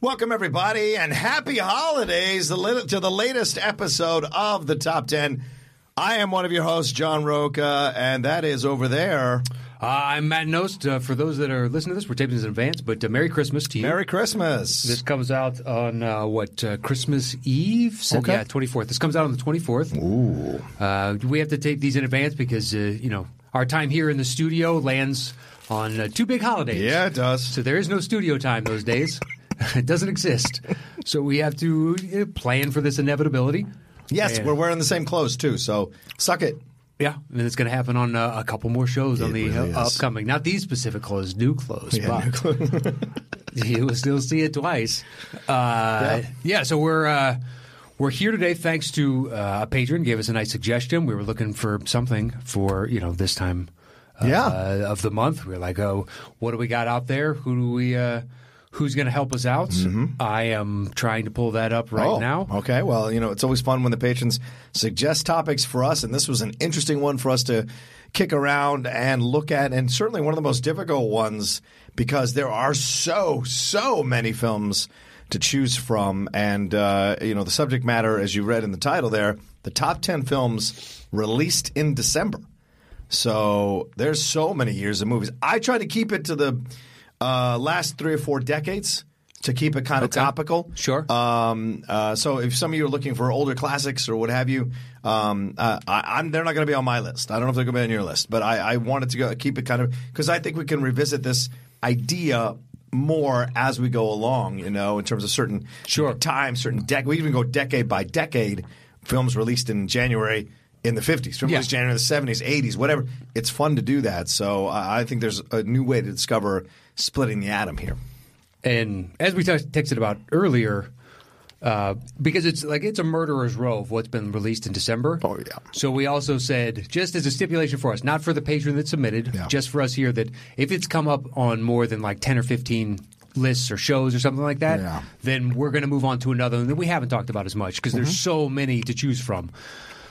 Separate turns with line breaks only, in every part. Welcome, everybody, and happy holidays the lit- to the latest episode of the Top 10. I am one of your hosts, John Roca, and that is over there.
Uh, I'm Matt Nost. Uh, for those that are listening to this, we're taping this in advance, but uh, Merry Christmas to you.
Merry Christmas.
This comes out on uh, what uh, Christmas Eve? So-
Okay.
Yeah, 24th. This comes out on the 24th. Ooh. Uh, we have to tape these in advance because uh, you know our time here in the studio lands on uh, two big holidays.
yeah, it does.
So there is no studio time those days. it doesn't exist. So we have to uh, plan for this inevitability.
Yes,
Yeah.
we're wearing the same clothes, too, so suck it.
Yeah, and it's going to happen on uh, a couple more shows on
It
the
really is.
uh, upcoming. Not these specific clothes, new clothes. but you'll still see it twice. Uh, yeah. so we're uh, we're here today thanks to uh, a patron gave us a nice suggestion. We were looking for something for you know this time, uh,
Yeah.
of the month. We are like, oh, what do we got out there? Who do we? Uh, Who's going to help us out? I am trying to pull that up right
Mm-hmm. oh,
now.
Okay, well, you know, it's always fun when the patrons suggest topics for us, and this was an interesting one for us to kick around and look at, and certainly one of the most difficult ones because there are so, so many films to choose from. And, uh, you know, the subject matter, as you read in the title there, the top 10 films released in December. So there's so many years of movies. I try to keep it to the uh, last three or four decades to keep it kind of topical.
Sure.
Um, uh, so if some of you are looking for older classics or what have you, um, uh, I, I'm they're not going to be on my list. I don't know if they're going to be on your list, but I, I wanted to go keep it kind of because I think we can revisit this idea more as we go along. You know, in terms of certain
Sure.
time, certain dec. We even go decade by decade. Films released in January in the 50s, films
Yeah.
released January in the 70s, 80s, whatever. It's fun to do that. So I, I think there's a new way to discover splitting the atom here.
And as we t- texted about earlier, uh, because it's like it's a murderer's row of what's been released in December.
Oh, yeah.
So we also said, just as a stipulation for us, not for the patron that submitted,
Yeah.
just for us here, that if it's come up on more than like ten or fifteen lists or shows or something like that,
Yeah.
then we're going to move on to another one that we haven't talked about as much because there's
Mm-hmm.
so many to choose from.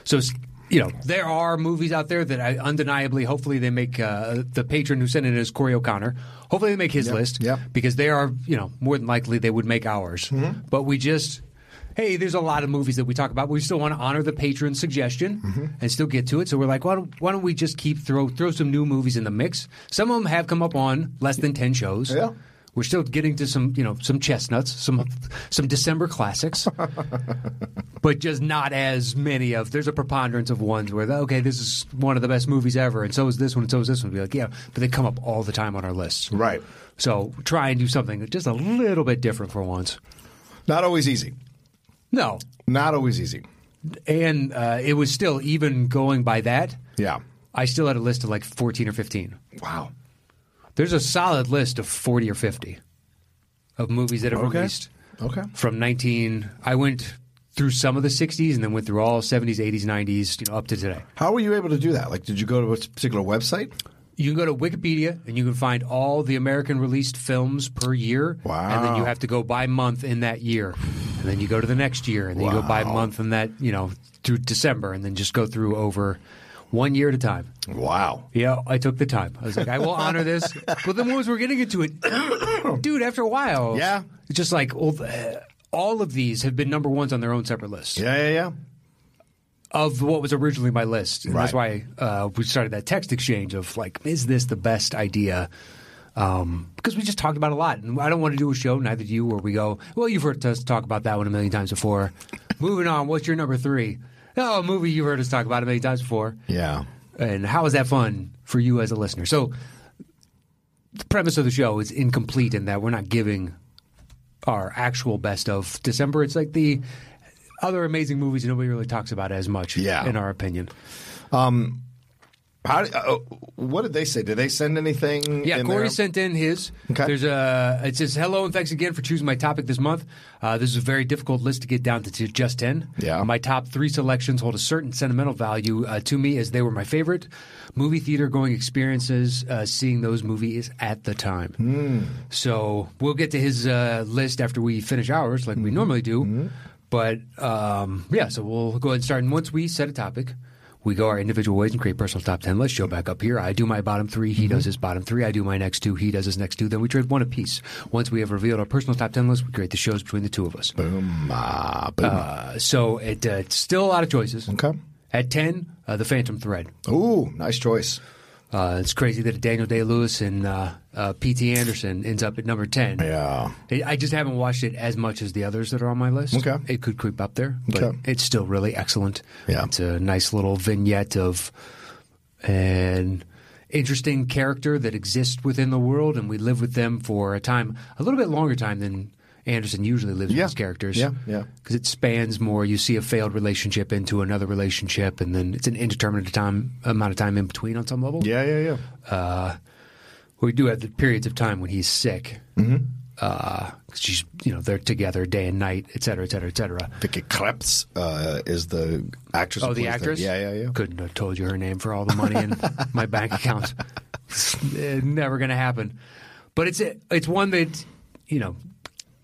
So. s- You know, there are movies out there that I undeniably, hopefully, they make uh, the patron who sent it is Corey O'Connor. Hopefully, they make his list
yeah.
because they are, you know, more than likely they would make ours.
Mm-hmm.
But we just, hey, there's a lot of movies that we talk about. but We still want to honor the patron suggestion
Mm-hmm.
and still get to it. So we're like, why don't, why don't we just keep throw throw some new movies in the mix? Some of them have come up on less than ten shows.
Yeah.
We're still getting to some, you know, some chestnuts, some some December classics, but just not as many of. There's a preponderance of ones where, okay, this is one of the best movies ever, and so is this one, and so is this one. Be like, yeah, but they come up all the time on our lists,
Right.
so try and do something just a little bit different for once.
Not always easy.
No.
Not always easy.
And uh, it was still, even going by that,
Yeah.
I still had a list of like 14 or 15.
Wow.
There's a solid list of 40 or 50 of movies that have
Okay.
released
Okay.
from 19. I went through some of the 60s and then went through all 70s, 80s, 90s, you know, up to today.
How were you able to do that? Like, did you go to a particular website?
You can go to Wikipedia and you can find all the American released films per year.
Wow.
And then you have to go by month in that year. And then you go to the next year and then you go by month in that, you know, through December and then just go through over one year at a time.
Wow.
Yeah, I took the time. I was like, I will honor this. But then once we're getting into it, dude, after a while,
Yeah.
it's just like all, the- all of these have been number ones on their own separate lists
Yeah, yeah, yeah.
of what was originally my list. And That's
Right.
why uh, we started that text exchange of like, is this the best idea? Um, because we just talked about it a lot, and I don't want to do a show, neither do you, where we go, well, you've heard us talk about that one a million times before. Moving on, what's your number three? Oh, a movie you've heard us talk about a million times before.
Yeah.
And how is that fun for you as a listener? So, the premise of the show is incomplete in that we're not giving our actual best of December. It's like the other amazing movies nobody really talks about as much,
Yeah.
in our opinion.
How, uh, what did they say? Did they send anything?
Yeah,
in
Corey
there?
sent in his.
Okay.
There's a. It says hello and thanks again for choosing my topic this month. Uh, this is a very difficult list to get down to t- just ten.
Yeah.
My top three selections hold a certain sentimental value uh, to me as they were my favorite movie theater going experiences. Uh, seeing those movies at the time. So we'll get to his uh, list after we finish ours, like we normally do. But um, yeah, so we'll go ahead and start. And once we set a topic, we go our individual ways and create personal top 10. Let's show back up here. I do my bottom three. He does his bottom three. I do my next two. He does his next two. Then we trade one apiece. Once we have revealed our personal top 10 list, we create the shows between the two of us.
Boom, ah, boom.
Uh, so it, uh, it's still a lot of choices.
okay.
At 10, uh, The Phantom Thread.
Ooh, nice choice.
Uh, it's crazy that Daniel Day Lewis and uh, uh, P.T. Anderson ends up at number 10.
Yeah.
I I just haven't watched it as much as the others that are on my list.
Okay.
It could creep up there, but
Okay.
it's still really excellent.
Yeah.
It's a nice little vignette of an interesting character that exists within the world, and we live with them for a time, a little bit longer time than Anderson usually lives
Yeah.
with his characters.
Yeah, yeah.
Because it spans more. You see a failed relationship into another relationship, and then it's an indeterminate time amount of time in between on some level.
Yeah, yeah, yeah.
We do have the periods of time when he's sick. Mm-hmm. Uh, 'cause she's, you know, they're together day and night, et cetera, et cetera, et cetera.
Vicky Krebs uh, is the actress.
Oh,
who
the
plays
actress?
Yeah, yeah, yeah.
Couldn't have told you her name for all the money in my bank account. Eh, Never going to happen. But it's it's one that, you know,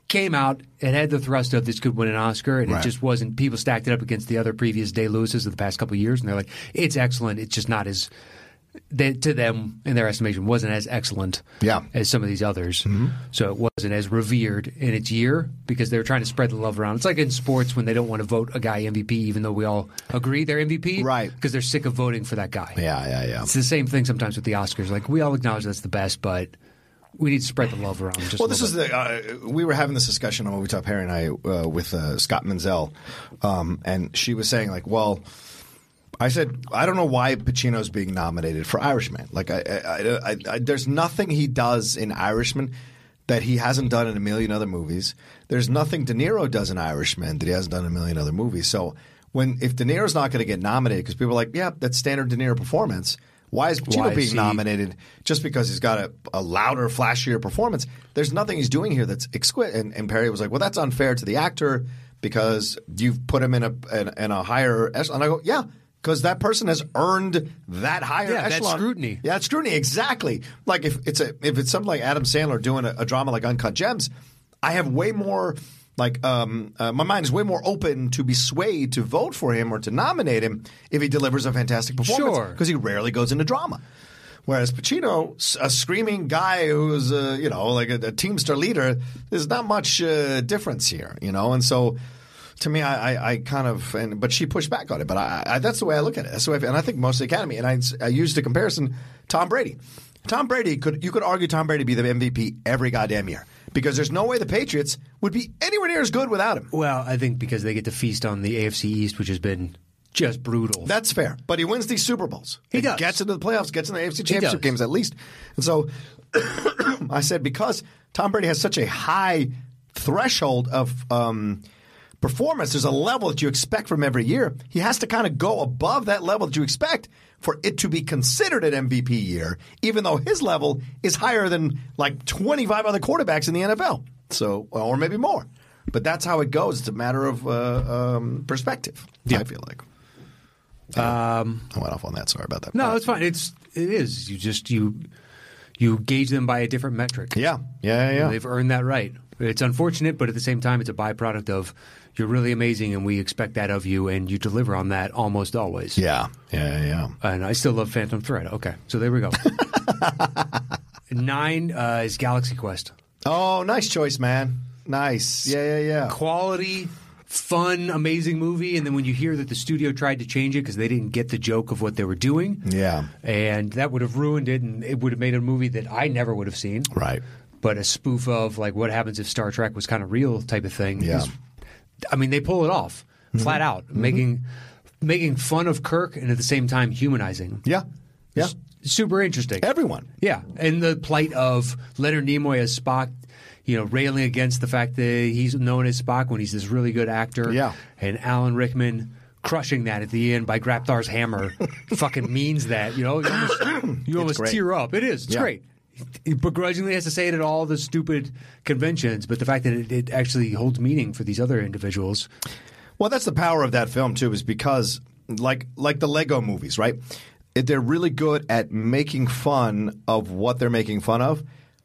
came out. It had the thrust of this could win an Oscar, and
Right.
it just wasn't. People stacked it up against the other previous Day Lewis's of the past couple of years, and they're like, it's excellent. It's just not as. They, to them, in their estimation, wasn't as excellent
Yeah. Mm-hmm.
as some of these others. So it wasn't as revered in its year because they were trying to spread the love around. It's like in sports when they don't want to vote a guy MVP, even though we all agree they're MVP,
Right.
Because they're sick of voting for that guy.
Yeah, yeah, yeah.
It's the same thing sometimes with the Oscars. Like we all acknowledge that's the best, but we need to spread the love around. Just a
Well, this
little
is the uh, we were having this discussion on Movie Top Harry and I uh, with uh, Scott Menzel, um, and she was saying like, well. I said, I don't know why Pacino's being nominated for Irishman. Like, I, I, I, I, I, there's nothing he does in Irishman that he hasn't done in a million other movies. There's nothing De Niro does in Irishman that he hasn't done in a million other movies. So, when if De Niro's not going to get nominated because people are like, yeah, that's standard De Niro performance. Why is Pacino
Why is
being
he-
nominated just because he's got a, a louder, flashier performance? There's nothing he's doing here that's exquisite. And, and Perry was like, well, that's unfair to the actor because you've put him in a in, in a higher echelon. And I go, yeah, because that person has earned that higher
Yeah, that
echelon
scrutiny.
Yeah, that scrutiny exactly. Like if it's a if it's something like Adam Sandler doing a, a drama like Uncut Gems, I have way more like um, uh, my mind is way more open to be swayed to vote for him or to nominate him if he delivers a fantastic performance
Sure.
because he rarely goes into drama. Whereas Pacino, s- a screaming guy who's uh, you know like a, a teamster leader, there's not much uh, difference here, you know. And so, to me, I, I, I kind of and but she pushed back on it. But I, I that's the way I look at it. That's the way, I, feel. and I think most of the Academy. And I, I used the comparison: Tom Brady. Tom Brady could you could argue Tom Brady be the MVP every goddamn year because there's no way the Patriots would be anywhere near as good without him.
bit. well, I think because they get to feast on the AFC East, which has been just brutal.
That's fair. But he wins these Super Bowls.
He
And
does.
Gets into the playoffs, gets in the AFC Championship
does.
games at least. And so I said, because Tom Brady has such a high threshold of um, performance, there's a level that you expect from every year. He has to kind of go above that level that you expect for it to be considered an MVP year, even though his level is higher than like 25 other quarterbacks in the NFL. So, or maybe more. But that's how it goes. It's a matter of uh, um, perspective, I feel like. I went off on that. Sorry about that.
no,
Uh,
it's fine. It's it is. You just you you gauge them by a different metric.
yeah, yeah, yeah, yeah.
They've earned that right. It's unfortunate, but at the same time, it's a byproduct of you're really amazing, and we expect that of you, and you deliver on that almost always.
Yeah, yeah, yeah.
And I still love Phantom Thread. Okay, so there we go. Nine uh, is Galaxy Quest.
Oh, nice choice, man. Nice. Yeah, yeah, yeah.
Quality, fun, amazing movie. And then when you hear that the studio tried to change it because they didn't get the joke of what they were doing,
Yeah.
and that would have ruined it, and it would have made a movie that I never would have seen.
Right.
but a spoof of like what happens if Star Trek was kind of real type of thing.
Yeah. Mm-hmm.
is- I mean they pull it off flat out, making making fun of Kirk and at the same time humanizing.
Yeah, yeah.
Super interesting.
Everyone.
Yeah, and the plight of Leonard Nimoy as Spock, you know, railing against the fact that he's known as Spock when he's this really good actor.
Yeah.
and Alan Rickman crushing that at the end by Grapthar's hammer fucking means that. You know, you almost, you almost
great.
tear up. It is. It's
Yeah.
great. He begrudgingly has to say it at all the stupid conventions, but the fact that it, it actually holds meaning for these other individuals.
Well, that's the power of that film too, is because like like the Lego movies, right? It- They're really good at making fun of what they're making fun of,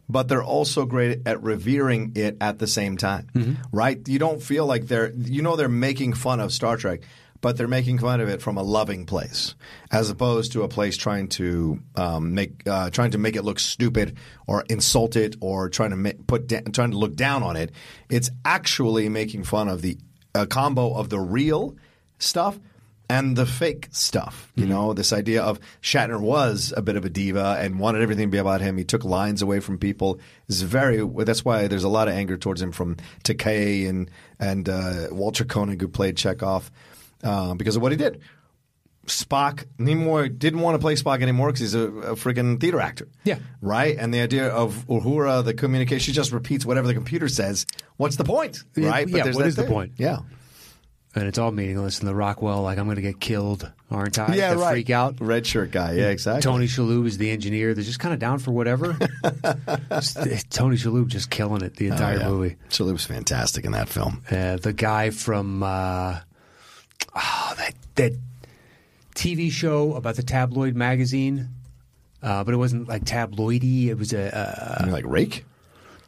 but they're also great at revering it at the same time, right? You don't feel like they're you know they're making fun of Star Trek, but they're making fun of it from a loving place, as opposed to a place trying to um, make uh, trying to make it look stupid or insult it or trying to ma- put da- trying to look down on it. It's actually making fun of the a combo of the real stuff and the fake stuff. You know, this idea of Shatner was a bit of a diva and wanted everything to be about him. He took lines away from people. It's very that's why there's a lot of anger towards him from Takei and and uh, Walter Koenig who played Chekhov uh, because of what he did. Spock Nimoy didn't want to play Spock anymore because he's a, a freaking theater actor.
Yeah.
right. And the idea of Uhura, the communication, she just repeats whatever the computer says. What's the point,
Yeah,
right?
yeah,
there's
what
that
is the
thing.
point?
Yeah,
And it's all meaningless. And the Rockwell, like, I'm going to get killed, aren't I?
yeah,
the
right.
freak out.
red shirt guy. Yeah, exactly.
Tony Shalhoub is the engineer. They're just kind of down for whatever. Just- eh, Tony Shalhoub just killing it the entire
Oh, Yeah.
movie.
Shalhoub's fantastic in that film.
Uh, the guy from uh, oh, that that TV show about the tabloid magazine, uh, but it wasn't like tabloidy. It was a uh,
You mean like Rake?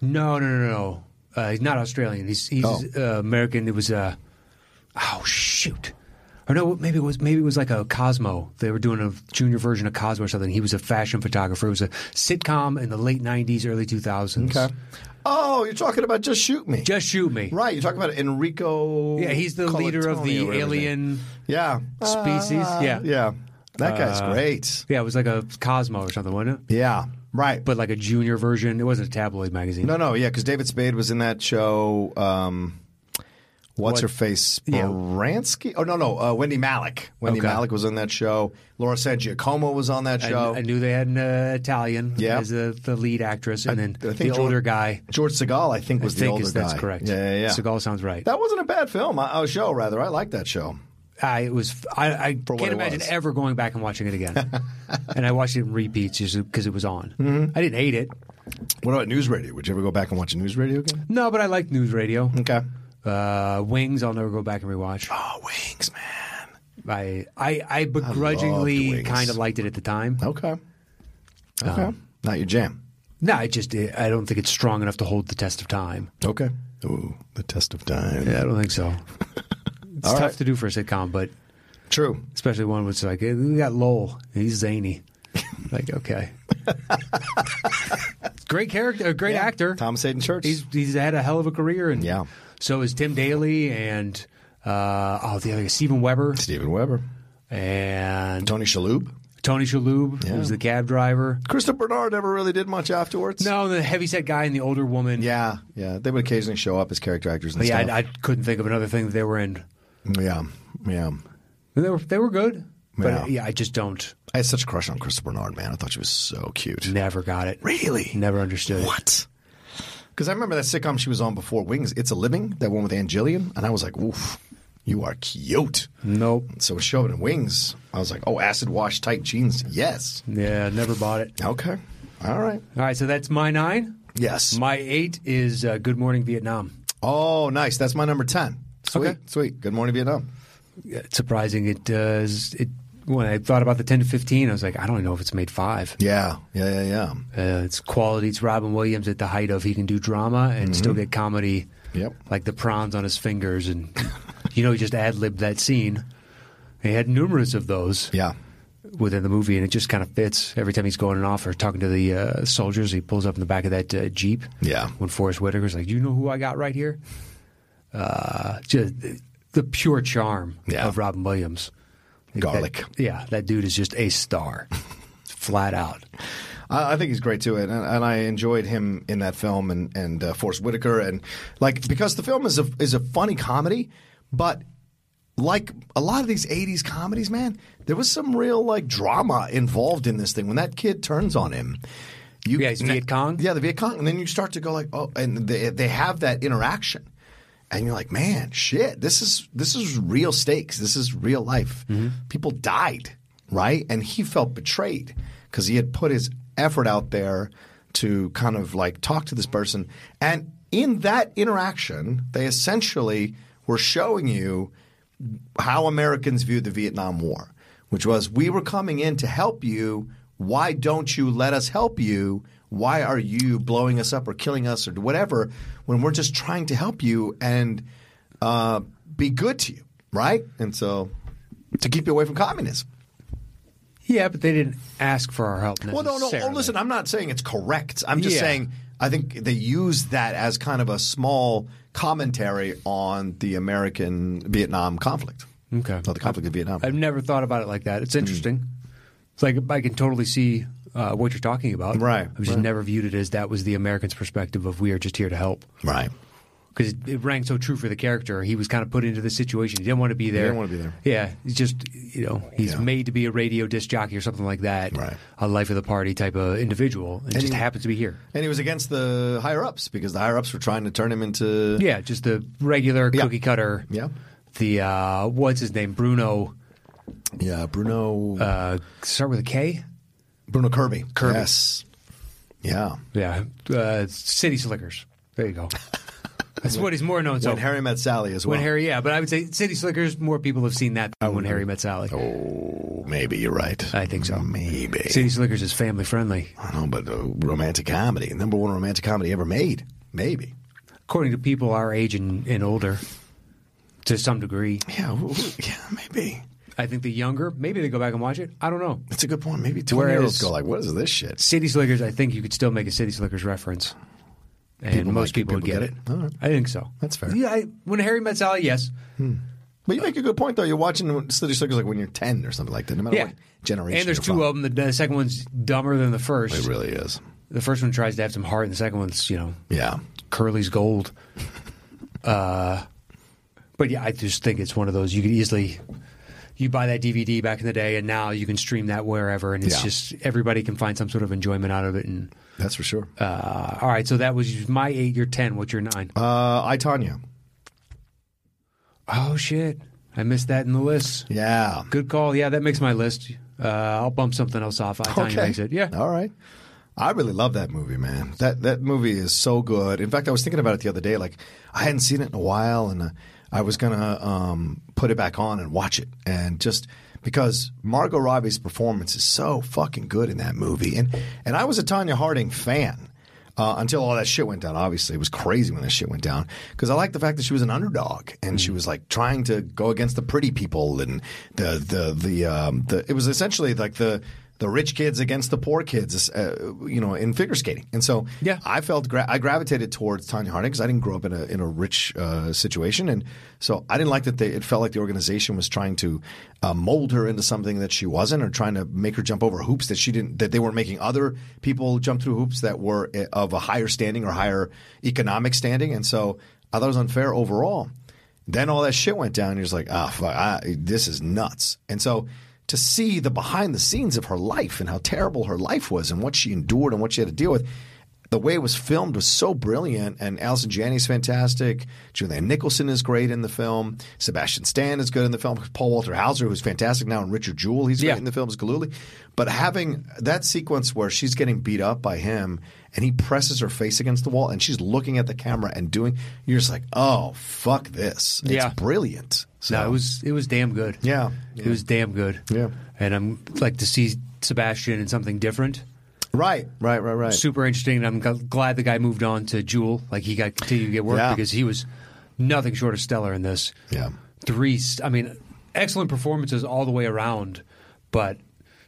no, no, no, no. Uh, he's not Australian. He's he's
Oh.
uh, American. It was a oh shoot, or no, maybe it was maybe it was like a Cosmo. They were doing a junior version of Cosmo or something. He was a fashion photographer. It was a sitcom in the late '90s, early 2000s.
Oh, you're talking about Just Shoot Me.
Just shoot me.
right, you're talking about Enrico.
Yeah, he's the leader of
Colatoni
the
or whatever his name-
alien.
Yeah. Uh,
Species, yeah. Uh,
Yeah. That guy's great.
Yeah, it was like a Cosmo or something, wasn't it?
Yeah. Right.
But like a junior version. It wasn't a tabloid magazine.
no, no, yeah, because David Spade was in that show. Um, What's
What-
her face?
Yeah.
Baranski? Oh no, no, uh, Wendy Malick. Wendy
Okay.
Malick was on that show. Laura San Giacomo was on that
I,
show.
I knew they had an uh, Italian
Yeah.
as the the lead actress, and then
I think
the
George-
older guy.
George Segal, I think,
I
was the
think
older
is, that's
guy.
correct.
Yeah, yeah, yeah.
Seagal sounds right.
That wasn't a bad film. I, a show rather. I like that show.
I it was I, I
what
can't
it
imagine
was.
ever going back and watching it again. and I watched it in repeats just because it was on.
Mm-hmm.
I didn't hate it.
What about News Radio? Would you ever go back and watch News Radio again?
No, but I liked news radio.
Okay.
Uh, Wings, I'll never go back and rewatch.
Oh, Wings, man.
I I, I begrudgingly
Wings.
kind of liked it at the time.
Okay. Okay.
Uh-huh.
Not your jam.
No, I just I don't think it's strong enough to hold the test of time.
Okay. Ooh, the test of time.
Yeah, I don't think so. It's tough
right.
to do for a sitcom, but
True.
especially one which like eh, we got Lowell, he's zany. like okay, great character, a great actor.
Thomas Hayden Church.
He's he's had a hell of a career, and
Yeah.
So is Tim Daly and uh, oh the other Stephen Weber
Stephen Weber.
and
Tony Shalhoub.
Tony Shalhoub, who's the cab driver.
Krista Bernard never really did much afterwards.
No, the heavyset guy and the older woman.
Yeah, yeah. They would occasionally show up as character actors and
but yeah,
stuff.
I, I couldn't think of another thing that they were in.
yeah, yeah.
They were they were good, but
Yeah.
uh, yeah, I just don't.
I had such a crush on Krista Bernard, man. I thought she was so cute.
Never got it.
Really?
Never understood. it.
What? Because I remember that sitcom she was on before Wings, It's a Living, that one with Angelian, and I was like, oof, you are cute.
Nope.
So she showed in Wings. I was like, oh, acid wash tight jeans. Yes.
Yeah, never bought it.
Okay. All right.
All right, so that's my nine.
Yes.
My eight is uh, Good Morning Vietnam.
oh, nice. That's my number 10. Sweet.
Okay.
Sweet. Good morning, Vietnam.
It's surprising it does. It when I thought about the ten to fifteen, I was like, I don't know if it's made five.
Yeah. Yeah, yeah, yeah.
Uh, it's quality. It's Robin Williams at the height of he can do drama and still get comedy.
Mm-hmm. Yep.
Like the prawns on his fingers, and you know he just ad libbed that scene. He had numerous of those
Yeah.
within the movie, and it just kind of fits every time he's going off or talking to the uh, soldiers. He pulls up in the back of that uh, jeep.
Yeah.
when Forrest Whitaker's like, "You know who I got right here?" Uh, just the pure charm
Yeah.
of Robin Williams. Like
Garlic.
that- yeah, that dude is just a star, flat out.
I, I think he's great too, and, and I enjoyed him in that film and and uh, Forrest Whitaker and like because the film is a is a funny comedy, but like a lot of these '80s comedies, man, there was some real like drama involved in this thing when that kid turns on him. You,
Yeah, he's Viet Cong.
Yeah, the Viet Cong, and then you start to go like, oh, and they they have that interaction. and you're like, man, shit, this is this is real stakes. This is real life.
Mm-hmm.
People died, right? And he felt betrayed because he had put his effort out there to kind of like talk to this person. And in that interaction, they essentially were showing you how Americans viewed the Vietnam War, which was we were coming in to help you. Why don't you let us help you? Why are you blowing us up or killing us or whatever when we're just trying to help you and uh, be good to you, right? And so to keep you away from communism.
Yeah, but they didn't ask for our help.
Well, no, no. Oh,
necessarily.
listen, I'm not saying it's correct. I'm just
Yeah.
saying I think they use that as kind of a small commentary on the American Vietnam conflict.
Okay.
Not the conflict of Vietnam.
Mm, I've never thought about it like that.
Hmm.
It's interesting. It's like I can totally see uh, what you're talking about.
Right,
I've just
right.
never viewed it as that was the American's perspective of we are just here to help.
right.
Because it, it rang so true for the character. He was kind of put into the situation. He didn't want to be there.
didn't want to be there.
Yeah. He's just, you know, he's
Yeah.
made to be a radio disc jockey or something like that.
Right.
A life of the party type of individual. And,
he-
just happens to be here.
And he was against the higher ups because the higher ups were trying to turn him into.
Yeah. Just the regular
Yeah.
cookie cutter.
Yeah.
The, uh, what's his name? Bruno.
Yeah, Bruno
Uh, start with a K?
Bruno Kirby.
Kirby.
Yes. Yeah.
Yeah, uh, City Slickers. There you go. That's what he's more known. So
when Harry met Sally as well.
When Harry, yeah, but I would say City Slickers. More people have seen that than when Harry met Sally.
Oh, maybe you're right.
I think so.
Maybe.
City Slickers is family friendly,
I don't know, but uh, romantic comedy. Number one romantic comedy ever made. Maybe.
according to people our age and, and older, to some degree.
Yeah, w- w- yeah, maybe.
I think the younger, maybe they go back and watch it. I don't know.
That's a good point. Maybe 20 year olds
is-
go like, what is this shit?
City Slickers. I think you could still make a City Slickers reference, and
People
most
might-
people, would
people
get,
get
it.
it? All right.
I think so.
That's fair.
Yeah, I, when Harry met Sally, yes.
But you make a good point, though. You're watching City Slickers like when you're 10 or something like that, no matter
Yeah.
what generation.
And there's
you're
two
from.
of them. The, the second one's dumber than the first.
It really is.
The first one tries to have some heart, and the second one's you know
Yeah.
Curly's gold. uh, but yeah, I just think it's one of those you could easily you buy that DVD back in the day, and now you can stream that wherever, and it's
Yeah.
just everybody can find some sort of enjoyment out of it. And
That's for sure. Uh,
uh, all right, so that was my eight, your ten, what's your nine?
Uh, I, Tanya.
oh shit, I missed that in the list.
Yeah.
Good call. Yeah, that makes my list. Uh, I'll bump something else off. I okay. makes it. Yeah.
All right. I really love that movie, man. That that movie is so good. In fact, I was thinking about it the other day. Like, I hadn't seen it in a while, and uh, I was gonna um, put it back on and watch it, and just because Margot Robbie's performance is so fucking good in that movie, and and I was a Tanya Harding fan. Uh, until all that shit went down, obviously it was crazy when that shit went down because I like the fact that she was an underdog and she was like trying to go against the pretty people and the the the um, the it was essentially like the the rich kids against the poor kids, uh, you know, in figure skating. And so
Yeah.
I felt gra- I gravitated towards Tanya Harding because I didn't grow up in a in a rich uh, situation, and so I didn't like that they, it felt like the organization was trying to uh, mold her into something that she wasn't, or trying to make her jump over hoops that she didn't that they weren't making other people jump through hoops that were uh, of a higher standing or higher economic standing, and so I thought it was unfair overall. Then all that shit went down. And you're just like, ah, fuck, I, this is nuts. And so to see the behind the scenes of her life and how terrible her life was and what she endured and what she had to deal with, the way it was filmed was so brilliant. And Allison Janney's fantastic. Julian Nicholson is great in the film. Sebastian Stan is good in the film. Paul Walter Hauser, who's fantastic now, and Richard Jewell, he's
Yeah.
great in the film as Galuli. But having that sequence where she's getting beat up by him and he presses her face against the wall and she's looking at the camera and doing, you're just like, oh, fuck this. It's
Yeah.
brilliant. So,
No, it was it was damn good.
Yeah.
it was damn good.
Yeah.
and I'm like to see Sebastian in something different.
right, right, right, right.
Super interesting. And I'm g- glad the guy moved on to Jewel. Like he got continued to get work
Yeah.
because he was nothing short of stellar in this.
Yeah.
three. s- I mean, excellent performances all the way around, but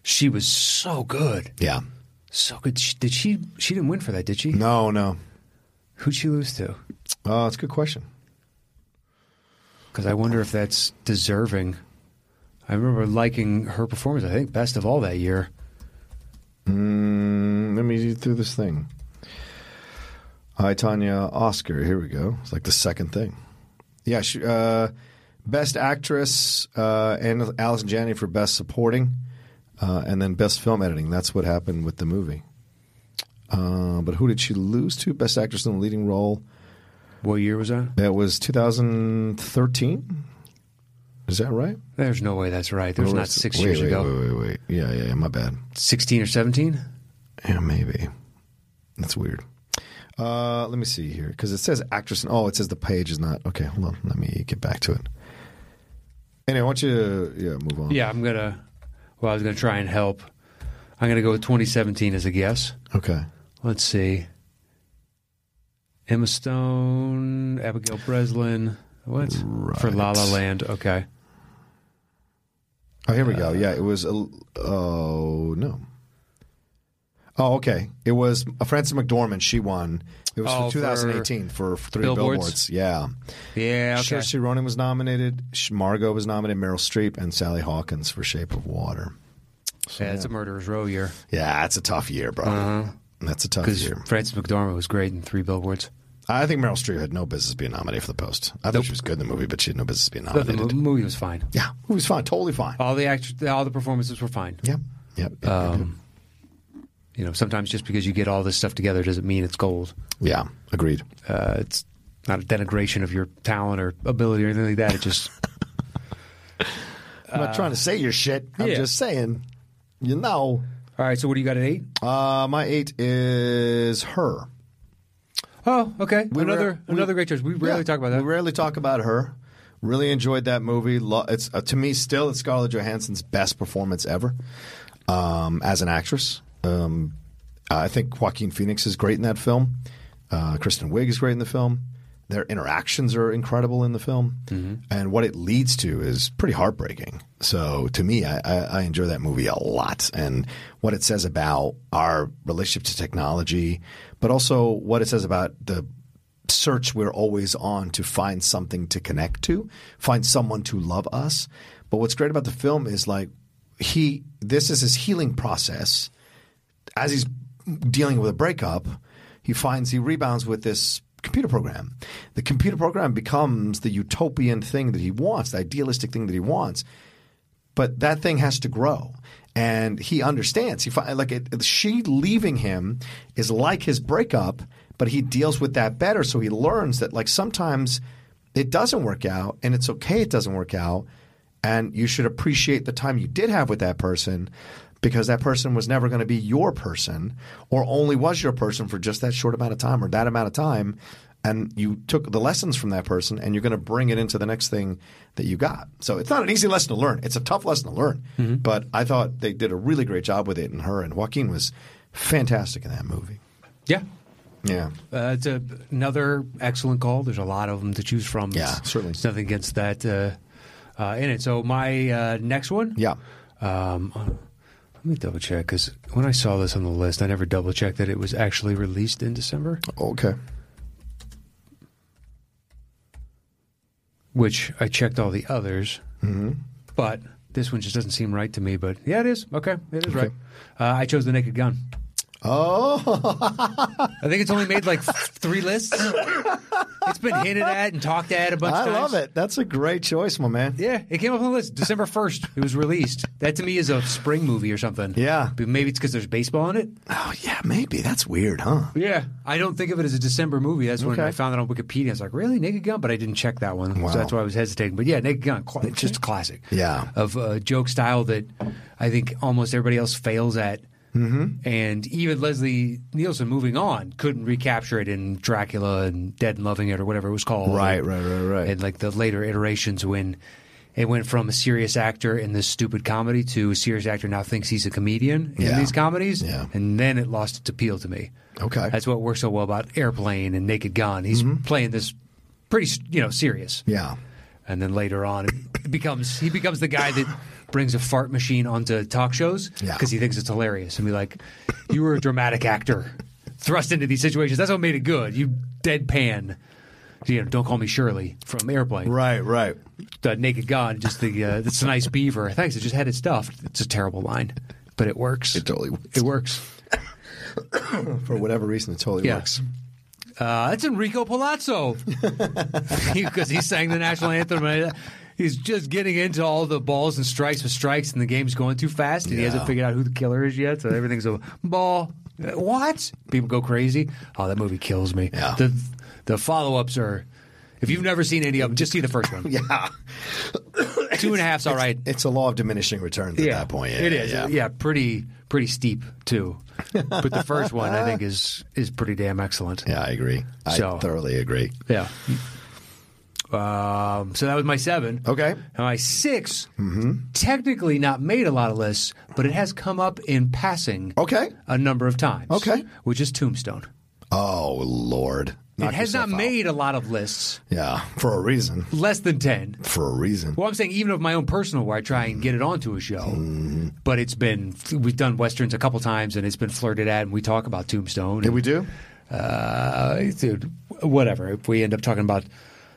she was so good.
Yeah.
So good. She, did she? She didn't win for that, did she?
No, no.
Who'd she lose to?
Oh, it's a good question.
Because I wonder if that's deserving. I remember liking her performance. I think best of all that year.
Mm, let me do this thing. Hi, Tanya Oscar. Here we go. It's like the second thing. Yeah, she, uh, best actress uh, and Allison Janney for best supporting, uh, and then best film editing. That's what happened with the movie. Uh, but who did she lose to? Best actress in a leading role.
What year was that?
That was 2013. Is that right?
There's no way that's right. There's
Or
not
was-
six
wait,
years
wait,
ago.
Wait, wait, wait. Yeah, yeah, yeah. My bad.
16 or 17?
Yeah, maybe. That's weird. Uh, let me see here because it says actress and oh, it says the page is not okay. Hold on, let me get back to it. Anyway, I want you to yeah move on.
Yeah, I'm going to. Well, I was going to try and help. I'm going to go with 2017 as a guess.
Okay.
Let's see. Emma Stone, Abigail Breslin. What? For La La
Right.
Land. Okay.
Oh, here we
Uh,
go. Yeah, it was. a l- Oh no. Oh, okay. It was uh, Frances McDormand. She won. It was
Oh,
for
for
2018 for, three
Billboards?
billboards. Yeah.
Yeah, okay.
Saoirse Ronan was nominated. Sh- Margot was nominated. Meryl Streep and Sally Hawkins for Shape of Water.
yeah, it's a murderer's row year.
Yeah, that's a tough year, bro.
Uh-huh.
That's a tough
Because
year.
Frances McDormand was great in Three Billboards.
I think Meryl Streep had no business being nominated for the post. I thought she was good in the movie, but she had no business being
But the
nominated.
mo- movie Oh. was fine.
Yeah, it was fine, totally fine.
All the act- all the performances were fine.
Yep, yep, yep, yep,
Um,
yep.
You know, sometimes just because you get all this stuff together doesn't mean it's gold.
yeah. Agreed.
Uh, it's not a denigration of your talent or ability or anything like that. It just
I'm not trying to say your shit. I'm
uh, yeah.
just saying, you know.
all right. So what do you got at eight?
Uh, my eight is her.
Oh, okay.
We
another
ra- we-
another great choice. We rarely
Yeah,
talk about that.
We rarely talk about her. Really enjoyed that movie. Lo- It's uh, to me still it's Scarlett Johansson's best performance ever um, as an actress. Um, I think Joaquin Phoenix is great in that film. Uh, Kristen Wiig is great in the film. Their interactions are incredible in the film,
Mm-hmm.
and what it leads to is pretty heartbreaking. So to me, I, I, I enjoy that movie a lot, and what it says about our relationship to technology, but also what it says about the search we're always on to find something to connect to, find someone to love us. But what's great about the film is like he this is his healing process. As he's dealing with a breakup, he finds he rebounds with this computer program. The computer program becomes the utopian thing that he wants, the idealistic thing that he wants but that thing has to grow and he understands he fi- like it, she leaving him is like his breakup but he deals with that better so he learns that like sometimes it doesn't work out and it's okay it doesn't work out and you should appreciate the time you did have with that person because that person was never going to be your person or only was your person for just that short amount of time or that amount of time and you took the lessons from that person and you're going to bring it into the next thing that you got. So it's not an easy lesson to learn. It's a tough lesson to learn. But I thought they did a really great job with it and her and Joaquin was fantastic in that movie.
yeah.
Yeah.
Uh, it's a, another excellent call. There's a lot of them to choose from.
Yeah,
It's-
certainly.
It's nothing against that uh, uh, in it. So my uh, next one.
Yeah.
Um, uh, let me double check because when I saw this on the list, I never double checked that it was actually released in December,
Okay.
which I checked all the others.
Mm-hmm.
But this one just doesn't seem right to me. But yeah, it is. Okay, it is right. Uh, I chose The Naked Gun.
Oh,
I think it's only made like f- three lists. It's been hinted at and talked at a bunch
I
of times.
love it. That's a great choice, my man.
Yeah, it came up on the list December 1st. It was released. That to me is a spring movie or something.
Yeah.
But maybe it's because there's baseball in it.
Oh, yeah, maybe. That's weird, huh?
Yeah, I don't think of it as a December movie. That's when
Okay.
I found it on Wikipedia. I was like, really, Naked Gun? But I didn't check that one,
Wow.
so that's why I was hesitating. But yeah, Naked Gun, cla- it's just a classic.
Yeah.
of uh, joke style that I think almost everybody else fails at. Mm-hmm. And even Leslie Nielsen, moving on, couldn't recapture it in Dracula and Dead and Loving It or whatever it was called.
Right, right, right, right.
And like the later iterations when it went from a serious actor in this stupid comedy to a serious actor now thinks he's a comedian in
Yeah.
these comedies.
Yeah.
And then it lost its appeal to me.
Okay. Mm-hmm.
That's what works so well about Airplane and Naked Gun. He's playing this pretty, you know, serious.
Yeah.
And then later on, it becomes he becomes the guy that brings a fart machine onto talk shows because
Yeah.
he thinks it's hilarious. And be like, you were a dramatic actor thrust into these situations. That's what made it good. You deadpan. You know, don't call me Shirley from Airplane.
Right, right.
The Naked God, just the uh, it's a nice beaver. Thanks, it just had it stuffed. It's a terrible line, but it works.
It totally works.
It works.
For whatever reason, it totally
Yeah.
works.
Uh, that's Enrico Palazzo because he sang the national anthem. and He's just getting into all the balls and strikes with strikes, and the game's going too fast, and he
Yeah.
hasn't figured out who the killer is yet. So everything's a ball, Uh, What? People go crazy. Oh, that movie kills me.
Yeah.
The the follow ups are. If you've never seen any of them, just see the first one.
Yeah.
Two and a half's all right.
It's a law of diminishing returns at that point. Yeah,
it
yeah,
is.
Yeah.
pretty pretty steep too. but the first one I think is is pretty damn excellent.
Yeah, I agree. I
So-
thoroughly agree.
Yeah. Um, so that was my seven.
Okay. Mm-hmm.
Now my 6 technically not made a lot of lists, but it has come up in passing
Okay.
a number of times.
Okay.
Which is Tombstone.
Oh, Lord. Knock
it has not
yourself out.
made a lot of lists,
Yeah, for a reason.
less than 10.
For a reason.
Well, I'm saying even of my own personal where I try and get it onto a show,
Mm-hmm.
but it's been, we've done Westerns a couple times and it's been flirted at and we talk about Tombstone.
Did we do?
uh, dude, whatever. If we end up talking about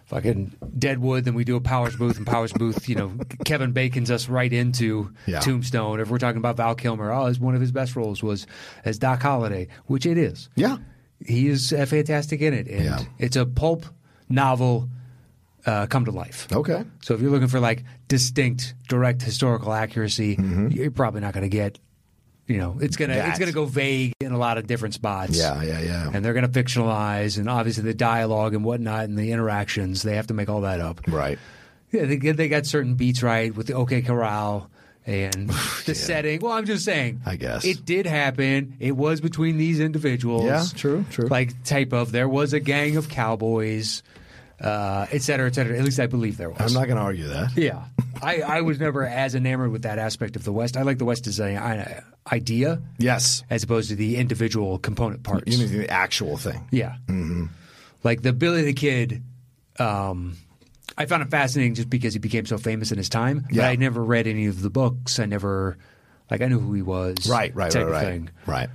fucking Deadwood, then we do a Powers Booth, and Powers Booth, you know, Kevin Bacon's us right into
Yeah.
Tombstone. If we're talking about Val Kilmer, oh, it's one of his best roles was as Doc Holliday, which it is.
Yeah.
he is uh, fantastic in it, and
Yeah.
it's a pulp novel uh, come to life.
Okay.
So if you're looking for like distinct, direct historical accuracy, you're probably not going to get. You know, it's gonna
Mm-hmm. That.
it's gonna go vague in a lot of different spots
Yeah, yeah, yeah.
and they're going to fictionalize and obviously the dialogue and whatnot and the interactions they have to make all that up
right.
yeah they, get- they got certain beats right with the okay corral and the setting well i'm just saying
I guess.
it did happen it was between these individuals
Yeah, true, true.
like type of there was a gang of cowboys uh, et cetera et cetera at least i believe there was
I'm not going to argue that.
yeah, I, I was never as enamored with that aspect of the West. I like the West as an i- idea,
Yes.
as opposed to the individual component parts.
You mean the actual thing.
Yeah.
Mm-hmm.
Like the Billy the Kid, um, I found it fascinating just because he became so famous in his time. But
Yeah.
I never read any of the books. I never, like, I knew who he was.
Right, right,
type
right,
of
right.
thing. Uh,
Right.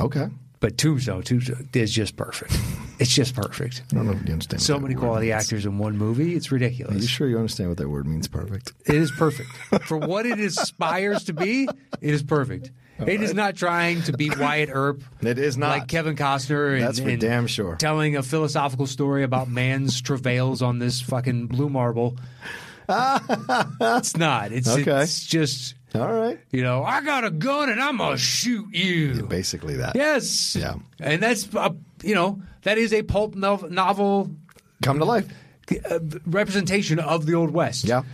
okay.
But Tombstone, Tombstone is just perfect. It's just perfect.
I don't know if you understand.
So
what that
many
word
quality
means.
actors in one movie. It's
Are you
ridiculous.
sure you understand what that word means? Perfect.
It is perfect. For what it aspires to be, it is perfect. It is not trying to be Wyatt Earp.
It is not.
like Kevin Costner. And,
That's for
and
damn sure.
Telling a philosophical story about man's travails on this fucking blue marble. it's not. It's,
Okay.
it's just
All right.
you know I got a gun and I'm gonna shoot you.
Basically that.
Yes.
Yeah.
And that's uh, you know that is a pulp nov- novel
Come to life.
uh, representation of the old west.
Yeah.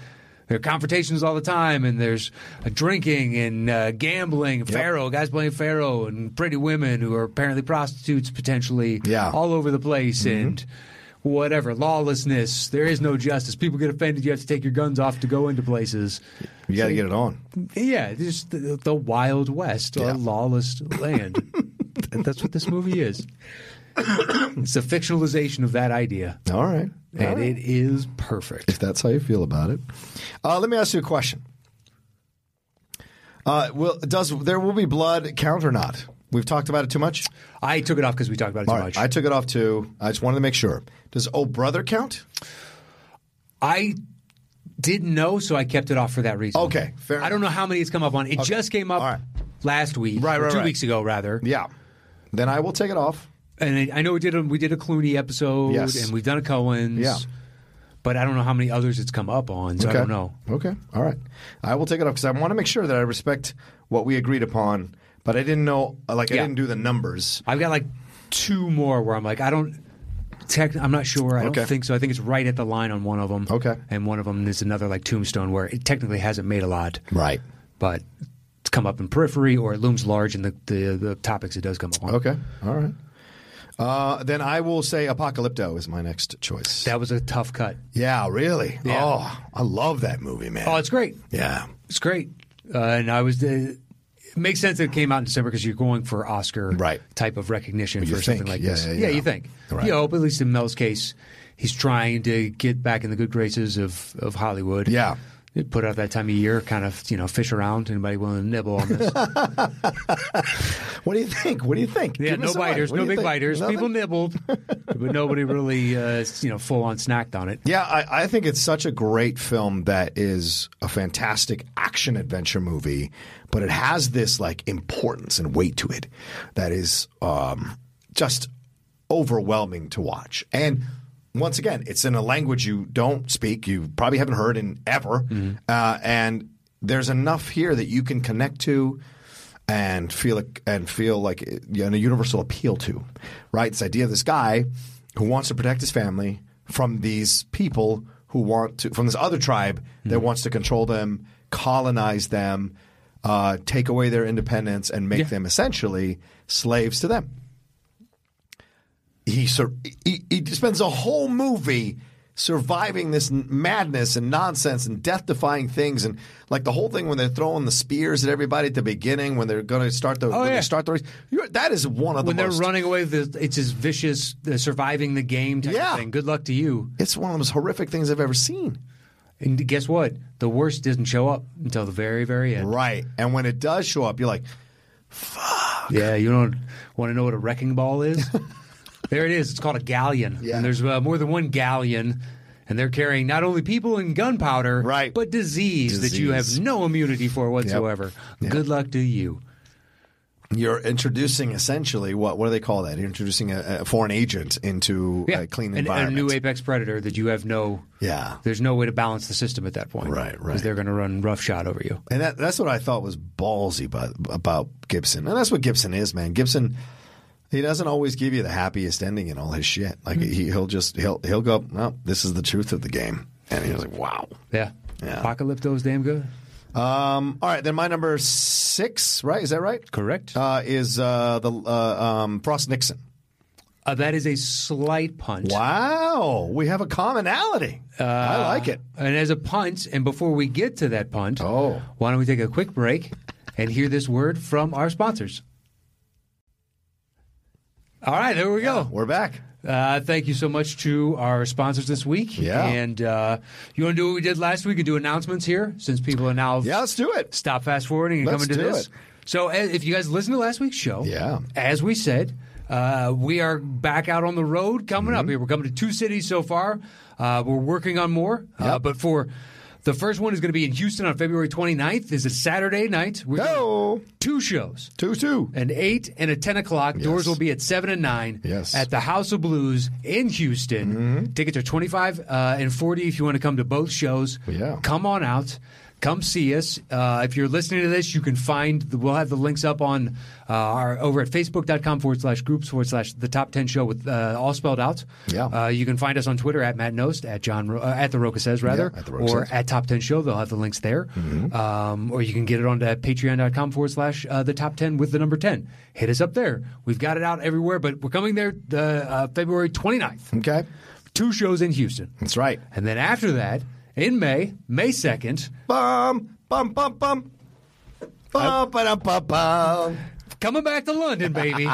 There are confrontations all the time, and there's uh, drinking and uh, gambling, Pharaoh, guys playing Pharaoh, and pretty women who are apparently prostitutes potentially
Yeah. Mm-hmm.
all over the place, and whatever. Lawlessness. There is no justice. People get offended. You have to take your guns off to go into places.
You got to get it on.
Yeah, just the, the Wild West, or
Yeah.
lawless land. And That's what this movie is. it's a fictionalization of that idea,
All right.
and it is perfect.
If that's how you feel about it. Uh, let me ask you a question. Uh, will does there will be blood count or not? We've talked about it too much.
I took it off because we talked about it too
All right,
much.
I took it off too. I just wanted to make sure. Does "Oh Brother" count?
I didn't know, so I kept it off for that reason.
Okay, fair
I don't know how many it's come up on. It just came up
all right.
last week,
Right,
or
right,
two
right.
weeks ago, rather.
Yeah. Then I will take it off.
And I, I know we did a, we did a Clooney episode,
Yes.
and we've done a Cohen's.
Yeah.
But I don't know how many others it's come up on, so I don't know.
Okay. All right. I will take it off because I want to make sure that I respect what we agreed upon. But I didn't know, uh, like, I
Yeah.
didn't do the numbers.
I've got like two more where I'm like, I don't. Tech, I'm not sure. I
Okay.
don't think so. I think it's right at the line on one of them.
Okay.
And one of them is another like Tombstone where it technically hasn't made a lot,
Right.
but it's come up in periphery or it looms large in the, the, the topics it does come up on.
Okay. All right. Uh, then I will say Apocalypto is my next choice.
That was a tough cut.
yeah, really?
Yeah.
Oh, I love that movie, man.
Oh, it's great.
yeah.
It's great. Uh, and I was. Uh, it makes sense that it came out in December because you're going for Oscar
Right.
type of recognition
you
for something
think.
like
Yeah,
this.
yeah,
Yeah,
yeah.
you think.
Right.
You hope, at least in Mel's case, he's trying to get back in the good graces of, of Hollywood.
Yeah.
They Put out that time of year, kind of, you know, fish around. Anybody willing to nibble on this?
What do you think? What do you think?
yeah,
Give
no
us a like.
biters,
What do
no
you
big
think?
biters.
Nothing?
People nibbled, but nobody really, uh, you know, full on snacked on it.
Yeah, I, I think it's such a great film that is a fantastic action adventure movie, but it has this like importance and weight to it that is um, just overwhelming to watch. And once again, it's in a language you don't speak, you probably haven't heard
Mm-hmm.
in ever, uh, and there's enough here that you can connect to. and feel like- and feel like it- you know, a universal appeal to, right? This idea of this guy who wants to protect his family from these people who want to from this other tribe that wants to control them, colonize them, uh, take away their independence, and make
Yeah.
them essentially slaves to them he sur- he, he spends a whole movie surviving this n- madness and nonsense and death-defying things and like the whole thing when they're throwing the spears at everybody at the beginning when they're going to start the when
Oh, yeah.
they start the race You're- that is one of the
when they're
most
running away, the, it's as vicious uh, surviving the game type
Yeah.
of thing. Good luck to you.
it's one of the most horrific things I've ever seen
And guess what? The worst doesn't show up until the very, very end.
right and when it does show up you're like
Yeah, you don't want to know what a wrecking ball is? there it is. It's called a galleon.
Yeah.
And there's uh, more than one galleon. And they're carrying not only people and gunpowder,
Right.
but disease, that you have
Disease.
no immunity for whatsoever. Good luck to you.
you're introducing essentially what what do they call that you're introducing a, a foreign agent into
Yeah.
a clean
And-
environment
And a new apex predator that you have no.
yeah
There's no way to balance the system at that point.
Right, right.
Because they're going to run roughshod over you.
And that, that's what I thought was ballsy by, about Gibson. And that's what Gibson is, man. Gibson, he doesn't always give you the happiest ending in all his shit. Like he, he'll just he'll he'll go, no, this is the truth of the game. And he was like, wow.
Yeah.
Yeah.
Apocalypto's damn good.
Um, all right, then my number six, right? Is that right?
Correct. Uh,
Uh, is uh, the uh, um, Frost Nixon?
Uh, that is a slight punt.
Wow, Uh, we have a commonality. I like it.
And as a punt, and before we get to that punt,
Oh.
why don't we take a quick break and hear this word from our sponsors? All right, there we go.
We're back.
Uh, thank you so much to our sponsors this week.
Yeah.
And uh, you want to do what we did last week and do announcements here since people are now
Yeah, let's do it.
stop fast forwarding and
Let's
coming to
do
this.
it.
So, a- if you guys listen to last week's show,
Yeah.
as we said, uh, we are back out on the road coming
Mm-hmm.
up here. We're coming to two cities so far. Uh, we're working on more, uh, but for the first one is going to be in Houston on February 29th. This is Saturday night. We're
Go
doing two shows.
two two.
An eight and a ten o'clock. Doors will be at seven and nine.
Yes. Mm-hmm.
At the House of Blues in Houston. Tickets are twenty five uh, and forty if you want to come to both shows.
Yeah.
Come on out. Come see us. Uh, if you're listening to this, you can find the, we'll have the links up on uh, our over at facebook.com forward slash groups forward slash the top ten show with uh, all spelled out.
Yeah.
Uh, you can find us on Twitter at Matt Nost at John Ro- uh, at the Roca says rather
Yeah, at The Mm-hmm. Roca
or
Says.
at Top 10 Show. They'll have the links there. Um, or you can get it on to patreon.com forward slash uh, the top 10 with the number 10. Hit us up there. We've got it out everywhere, but we're coming there the uh, February 29th.
Okay,
Two shows in Houston.
that's right.
And then after that, in May, May 2nd,
Bum, bum, bum, bum. Bum, ba bum, bum.
coming back to London, baby.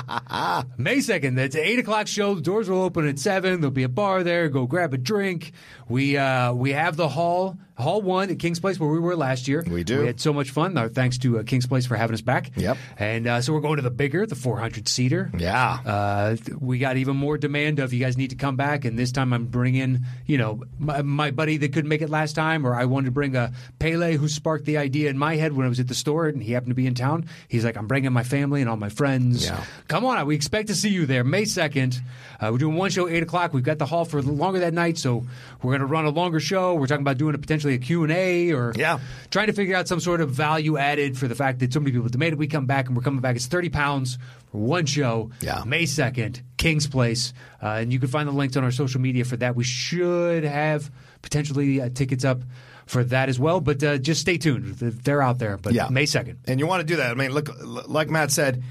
May 2nd. That's an 8 o'clock show. The doors will open at 7. There'll be a bar there. Go grab a drink. We uh, we have the hall, Hall 1 at King's Place where we were last year.
We do.
We had so much fun. Our thanks to uh, King's Place for having us back.
Yep.
And uh, so we're going to the bigger, the 400 seater.
Yeah.
Uh, th- we got even more demand of you guys need to come back, and this time I'm bringing, you know, my, my buddy that couldn't make it last time, or I wanted to bring a Pele who sparked the idea in my head when I was at the store and he happened to be in town. He's like, I'm bringing my family and all my friends.
Yeah.
Come on, out. we expect to see you there May 2nd. Uh, we're doing one show, 8 o'clock. We've got the hall for longer that night, so we're going to run a longer show. We're talking about doing a potentially a Q&A or
Yeah.
trying to figure out some sort of value added for the fact that so many people demanded we come back and we're coming back. It's 30 pounds for one show.
Yeah.
May 2nd, King's Place. Uh, and you can find the links on our social media for that. We should have potentially uh, tickets up for that as well. But uh, just stay tuned. They're out there. But
Yeah.
May 2nd.
and you want to do that. I mean, look, l- like Matt said,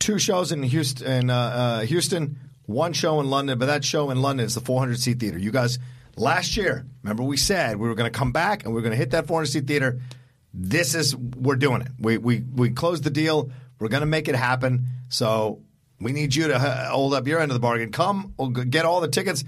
two shows in Houston, in, uh, uh, Houston, one show in London, but that show in London is the 400 seat theater. You guys, last year, remember we said we were going to come back and we were going to hit that 400 seat theater. This is we're doing it. We we we closed the deal. We're going to make it happen. So we need you to uh, hold up your end of the bargain. Come, we'll g- get all the tickets,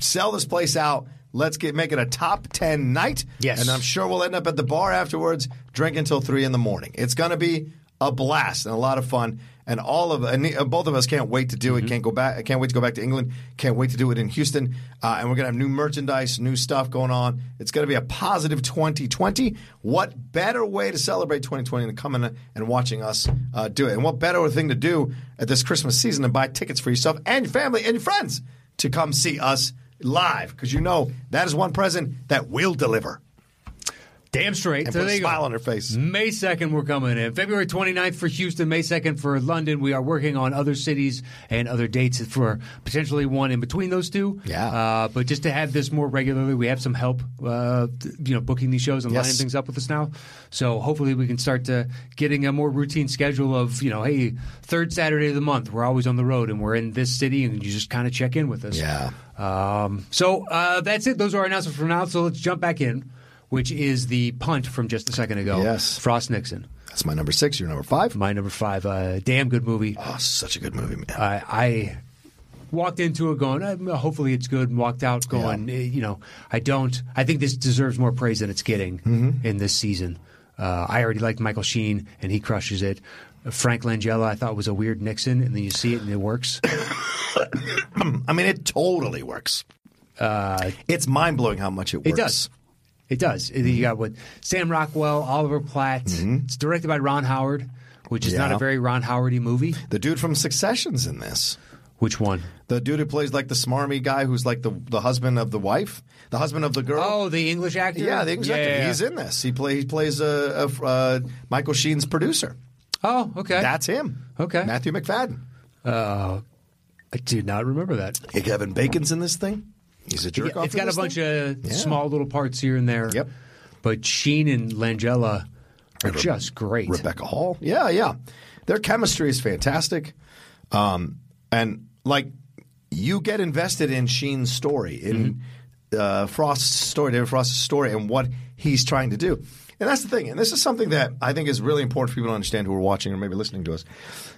sell this place out. Let's get make it a top ten night.
Yes.
and I'm sure we'll end up at the bar afterwards, drink until three in the morning. It's going to be a blast and a lot of fun, and all of and uh, both of us can't wait to do it. Can't go back. Can't wait to go back to England. Can't wait to do it in Houston. Uh, and we're going to have new merchandise, new stuff going on. It's going to be a positive 2020. What better way to celebrate 2020 than coming and watching us uh, do it? And what better thing to do at this Christmas season than buy tickets for yourself and your family and your friends to come see us live? Because you know that is one present that will deliver.
Damn straight.
and
So
put
there
a
you go. Mm.
smile on her face.
May 2nd, we're coming in. February 29th for Houston, May 2nd for London. We are working on other cities and other dates for potentially one in between those two.
Yeah.
Uh, but just to have this more regularly, we have some help, uh, th- you know, booking these shows and
Yes.
lining things up with us now. So hopefully we can start to getting a more routine schedule of, you know, hey, third Saturday of the month, we're always on the road and we're in this city and you just kind of check in with us.
Yeah.
Um, so uh, that's it. Those are our announcements for now. So let's jump back in, which is the punt from just a second ago.
Yes.
Frost Nixon.
That's my number six. Your number five.
My number five. Uh, damn good movie.
Oh, such a good movie, man.
I, I walked into it going, uh, hopefully it's good, and walked out going, eh, you know, I don't. I think this deserves more praise than it's getting in this season. Uh, I already liked Michael Sheen, and he crushes it. Frank Langella, I thought was a weird Nixon, and then you see it and it works.
I mean, it totally works. it's mind blowing how much it works.
uh,
Mm-hmm.
It does. It does. And then You got what Sam Rockwell, Oliver Platt. It's directed by Ron Howard, which is not
Yeah.
a very Ron Howardy movie.
The dude from Succession's in this.
Which one?
The dude who plays like the smarmy guy who's like the the husband of the wife, the husband of the girl.
Oh, the English actor.
yeah, the exactly. He's in this. He play he plays a, a, uh Michael Sheen's producer.
Oh, okay.
That's him.
Okay.
Matthew McFadden.
I did not remember that.
Hey, Kevin Bacon's in this thing. He's a jerk off.
it's got a bunch of
Yeah.
small little parts here and there.
Yep.
But Sheen and Langella are just great.
Rebecca Hall. Yeah, yeah. Their chemistry is fantastic. Um, and like you get invested in Sheen's story, in uh, Frost's story, David Frost's story, and what he's trying to do. And that's the thing. And this is something that I think is really important for people to understand who are watching or maybe listening to us.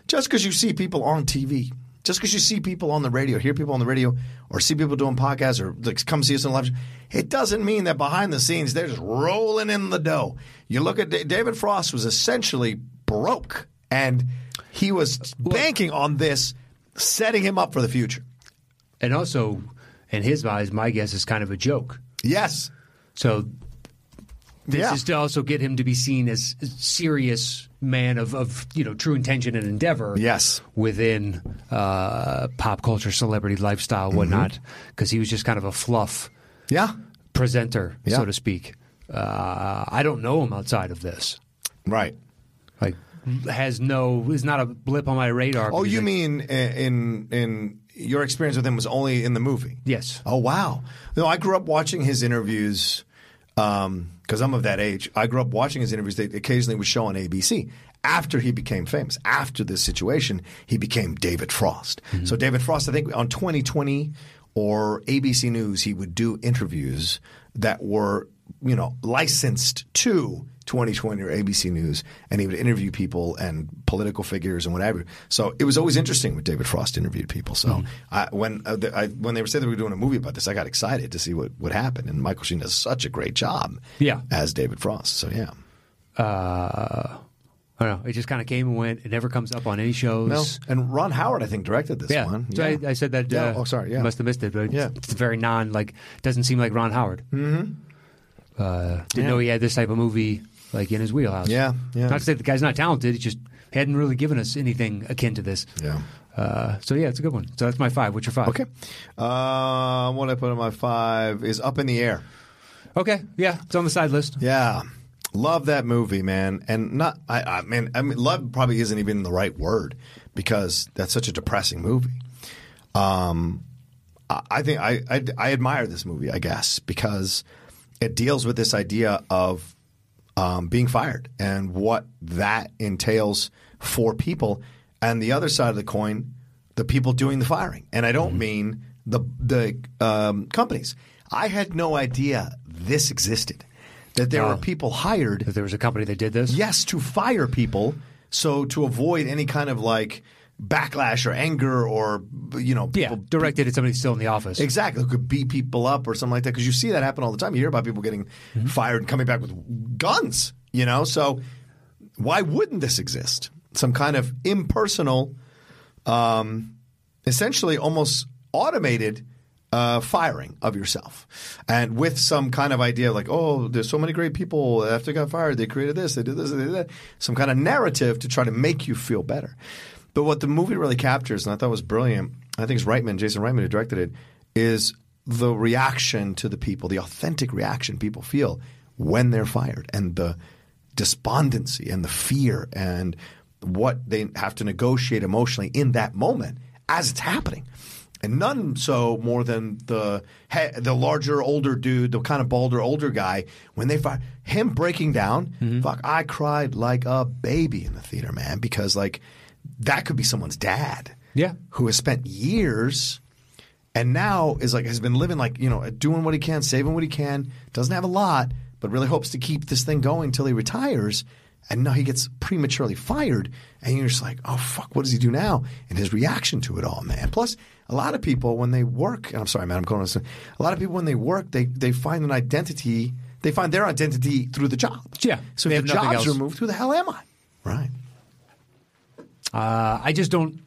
Just because you see people on TV, just because you see people on the radio, hear people on the radio, or see people doing podcasts, or like, come see us on live, show, it doesn't mean that behind the scenes they're just rolling in the dough. You look at Da- David Frost was essentially broke, and he was banking on this, setting him up for the future.
And also, in his eyes, my guess is kind of a joke.
Yes.
So this
Yeah.
is to also get him to be seen as a serious man of, of you know true intention and endeavor.
Yes.
within uh, pop culture, celebrity
Mm-hmm.
lifestyle, whatnot, because he was just kind of a fluff
Yeah.
presenter,
Yeah.
so to speak. Uh, I don't know him outside of this.
Right.
Like, has no is not a blip on my radar.
Oh,
because,
you
like,
mean in in your experience with him was only in the movie?
Yes.
Oh wow. No, I grew up watching his interviews because I'm of that age. I grew up watching his interviews. They occasionally would show on ABC. After he became famous, after this situation, he became David Frost.
Mm-hmm.
So David Frost, I think on 2020 or ABC News, he would do interviews that were you know licensed to 2020 or ABC News, and he would interview people and political figures and whatever. So it was always interesting when David Frost interviewed people. So
Mm-hmm.
I, when uh, the, I, when they were saying they were doing a movie about this, I got excited to see what would happen. And Michael Sheen does such a great job,
Yeah.
as David Frost. So yeah,
uh, I don't know. It just kind of came and went. It never comes up on any shows.
no. and Ron Howard I think directed this
Yeah.
one.
So
Yeah.
I, I said that.
Yeah.
Uh,
oh, sorry. Yeah.
Must have missed it, but
Yeah.
it's very non. Like, doesn't seem like Ron Howard. Mm-hmm. Uh, didn't know he had this type of movie like in his wheelhouse.
Yeah, yeah.
Not to say the guy's not talented. He just hadn't really given us anything akin to this.
Yeah.
Uh, so yeah, it's a good one. So that's my five. What's your five?
Okay. Uh, what I put on my five is Up in the Air.
Okay. Yeah, it's on the side list.
Yeah. Love that movie, man. And not I I mean I mean love probably isn't even the right word because that's such a depressing movie. Um I, I think I, I I admire this movie, I guess, because it deals with this idea of um, being fired and what that entails for people. And the other side of the coin, the people doing the firing. And I don't mean the the um, companies. I had no idea this existed. That there were people hired,
If there was a company that did this.
yes, to fire people, so to avoid any kind of like backlash or anger or you know
Yeah.
people
Directed at somebody still in the office.
Exactly. Who could beat people up or something like that. Because you see that happen all the time. You hear about people getting fired and coming back with guns, you know? So why wouldn't this exist? Some kind of impersonal, um, essentially almost automated uh, firing of yourself. And with some kind of idea like, oh, there's so many great people after they got fired, they created this, they did this, they did that. Some kind of narrative to try to make you feel better. But what the movie really captures, and I thought was brilliant, I think it's Reitman, Jason Reitman, who directed it, is the reaction to the people, the authentic reaction people feel when they're fired and the despondency and the fear and what they have to negotiate emotionally in that moment as it's happening. And none so more than the he- the larger, older dude, the kind of balder, older guy. When they fire him breaking down, fuck, I cried like a baby in the theater, man, because like that could be someone's dad,
Yeah.
who has spent years and now is like has been living like you know doing what he can, saving what he can. Doesn't have a lot, but really hopes to keep this thing going till he retires. And now he gets prematurely fired, and you're just like, oh fuck, what does he do now? And his reaction to it all, man. Plus, a lot of people when they work, and I'm sorry, man, I'm going on. this- A lot of people when they work, they they find an identity. They find their identity through the job.
Yeah.
So
They
if
have
the
nothing
job's
else.
removed, who the hell am I? Right.
Uh, I just don't.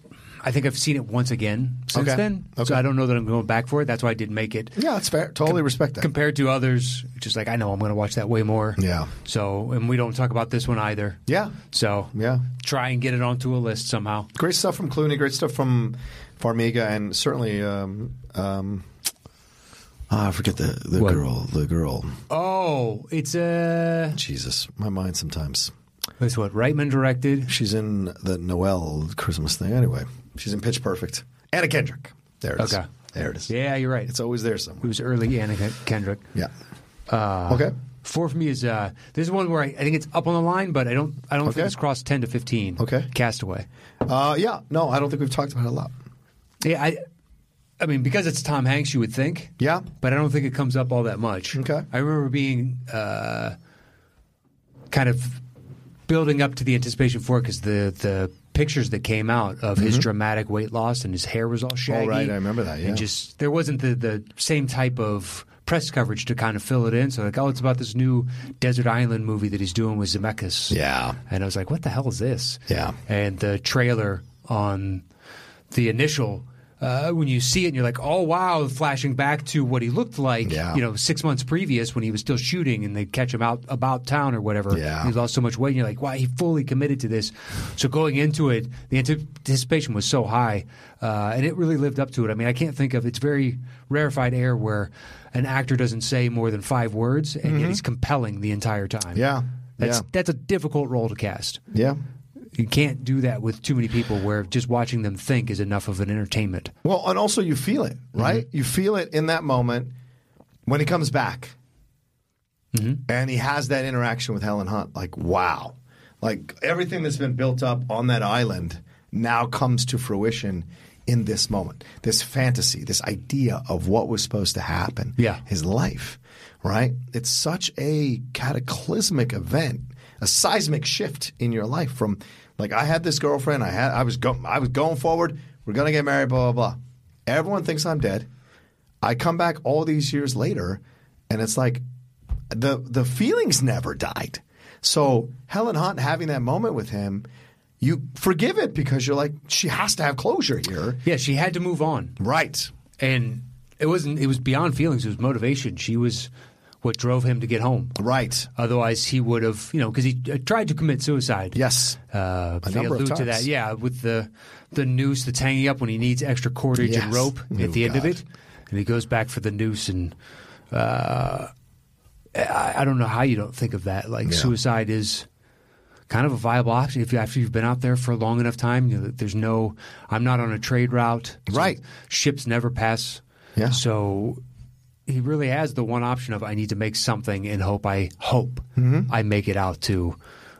I think I've seen it once again since
Okay.
then,
Okay.
so I don't know that I'm going back for it. That's why I didn't make it.
Yeah, that's fair. Totally respect that.
Compared to others, just like I know I'm going to watch that way more.
Yeah.
So, and we don't talk about this one either.
Yeah.
So,
Yeah.
Try and get it onto a list somehow.
great stuff from Clooney, great stuff from Farmiga, and certainly, um, um, ah, I forget the, the
What?
girl, the girl.
Oh, it's uh,
Jesus, my mind sometimes.
that's what Reitman directed.
She's in the Noel Christmas thing. Anyway, she's in Pitch Perfect. Anna Kendrick. There it is.
Okay.
There it is.
Yeah, you're right.
It's always there
it
somewhere.
was early Anna Ken- Kendrick.
Yeah.
Uh.
okay.
Four for me is uh, this is one where I, I think it's up on the line, but I don't I don't
Okay.
think it's crossed ten to fifteen.
Okay.
Castaway.
Uh, yeah. No, I don't think we've talked about it a lot.
Yeah, I, I mean, because it's Tom Hanks, you would think.
Yeah.
but I don't think it comes up all that much.
Okay.
I remember being uh, kind of building up to the anticipation for it because the the pictures that came out of his dramatic weight loss and his hair was all shaggy.
Mm-hmm. Oh, right, I remember that, yeah.
and just there wasn't the the same type of press coverage to kind of fill it in. So like, oh, it's about this new desert island movie that he's doing with Zemeckis.
Yeah.
And I was like, what the hell is this?
Yeah.
And the trailer on the initial, uh, when you see it and you're like, oh, wow, flashing back to what he looked like,
Yeah.
you know, six months previous when he was still shooting and they catch him out about town or whatever.
Yeah.
He lost so much weight and you're like, wow, he fully committed to this. So going into it, the anticipation was so high uh, and it really lived up to it. I mean, I can't think of, it's very rarefied air where an actor doesn't say more than five words and yet he's compelling the entire time.
Mm-hmm. Yeah.
That's
yeah.
that's a difficult role to cast.
Yeah.
You can't do that with too many people where just watching them think is enough of an entertainment.
Well, and also you feel it, right? You feel it in that moment when he comes back and he has that interaction with Helen Hunt. Like, wow. Like, everything that's been built up on that island now comes to fruition in this moment. This fantasy, this idea of what was supposed to happen,
Yeah.
his life, right? It's such a cataclysmic event, a seismic shift in your life from like I had this girlfriend, I had I was go, I was going forward, we're going to get married, blah blah blah. Everyone thinks I'm dead. I come back all these years later and it's like the the feelings never died. So Helen Hunt having that moment with him, you forgive it because you're like she has to have closure here.
Yeah, she had to move on.
Right.
And it wasn't it was beyond feelings, it was motivation. She was what drove him to get home.
Right.
Otherwise, he would have, you know, because he uh, tried to commit suicide.
Yes.
Uh, they
number of
allude to
times.
that, yeah, with the the noose that's hanging up when he needs extra cordage and
Yes.
rope
Oh,
at the end of
God.
it, and he goes back for the noose, and uh, I, I don't know how you don't think of that. Like
Yeah.
suicide is kind of a viable option if you, after you've been out there for a long enough time. You know, there's no, I'm not on a trade route, so
Right.
Ships never pass,
Yeah.
So he really has the one option of I need to make something and hope I hope
Mm-hmm.
I make it out to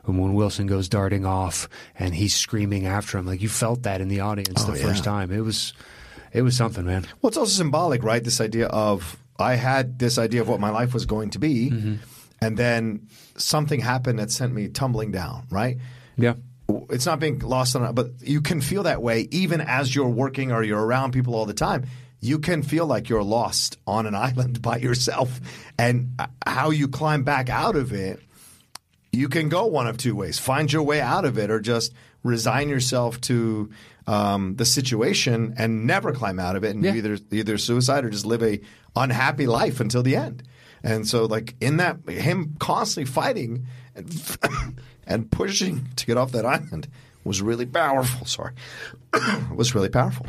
and when Wilson goes darting off and he's screaming after him like you felt that in the audience the
Oh, yeah.
first time it was it was something man
Well, it's also symbolic, right? This idea of I had this idea of what my life was going to be, and then something happened that sent me tumbling down, right?
yeah
It's not being lost on, but you can feel that way even as you're working or you're around people all the time. You can feel like you're lost on an island by yourself, and uh, how you climb back out of it you can go one of two ways find your way out of it or just resign yourself to um, the situation and never climb out of it and
Yeah.
either either suicide or just live a unhappy life until the end and so like in that him constantly fighting and, and pushing to get off that island was really powerful sorry was really powerful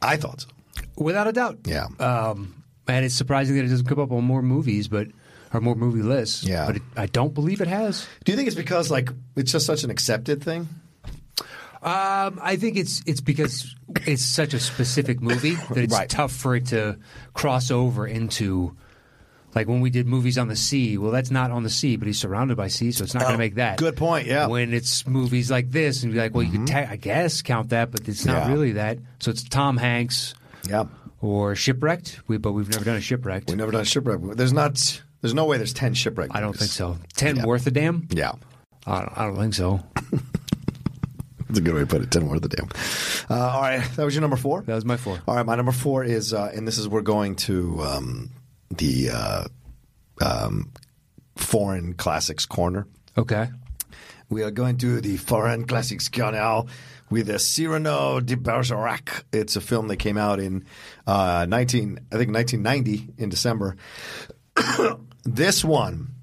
i thought so
without a doubt
yeah
um, and it's surprising that it doesn't come up on more movies but or more movie lists.
Yeah.
but it, I don't believe it has.
Do you think it's because like it's just such an accepted thing?
Um, I think it's it's because it's such a specific movie that it's
Right.
tough for it to cross over into. Like when we did movies on the sea, well, that's not on the sea, but he's surrounded by sea, so it's not going to make that.
Oh, good point, yeah. Mm-hmm.
When it's movies like this, and be like, well, you could, ta- I guess, count that, but it's not
Yeah.
really that. So it's Tom Hanks
Yeah.
or shipwrecked, we, but we've never done a shipwrecked.
We've never done shipwreck. There's not. There's no way. There's ten shipwreck.
I don't
movies.
think so. Ten worth a damn?
Yeah.
I don't, I don't think so.
That's a good way to put it. Ten worth the damn. Uh, all right, that was your number four.
That was my four.
All right, my number four is, uh, and this is we're going to um, the uh, um, foreign classics corner.
Okay.
We are going to the foreign classics corner with uh, Cyrano de Bergerac. It's a film that came out in uh, nineteen, I think nineteen ninety in December. this one,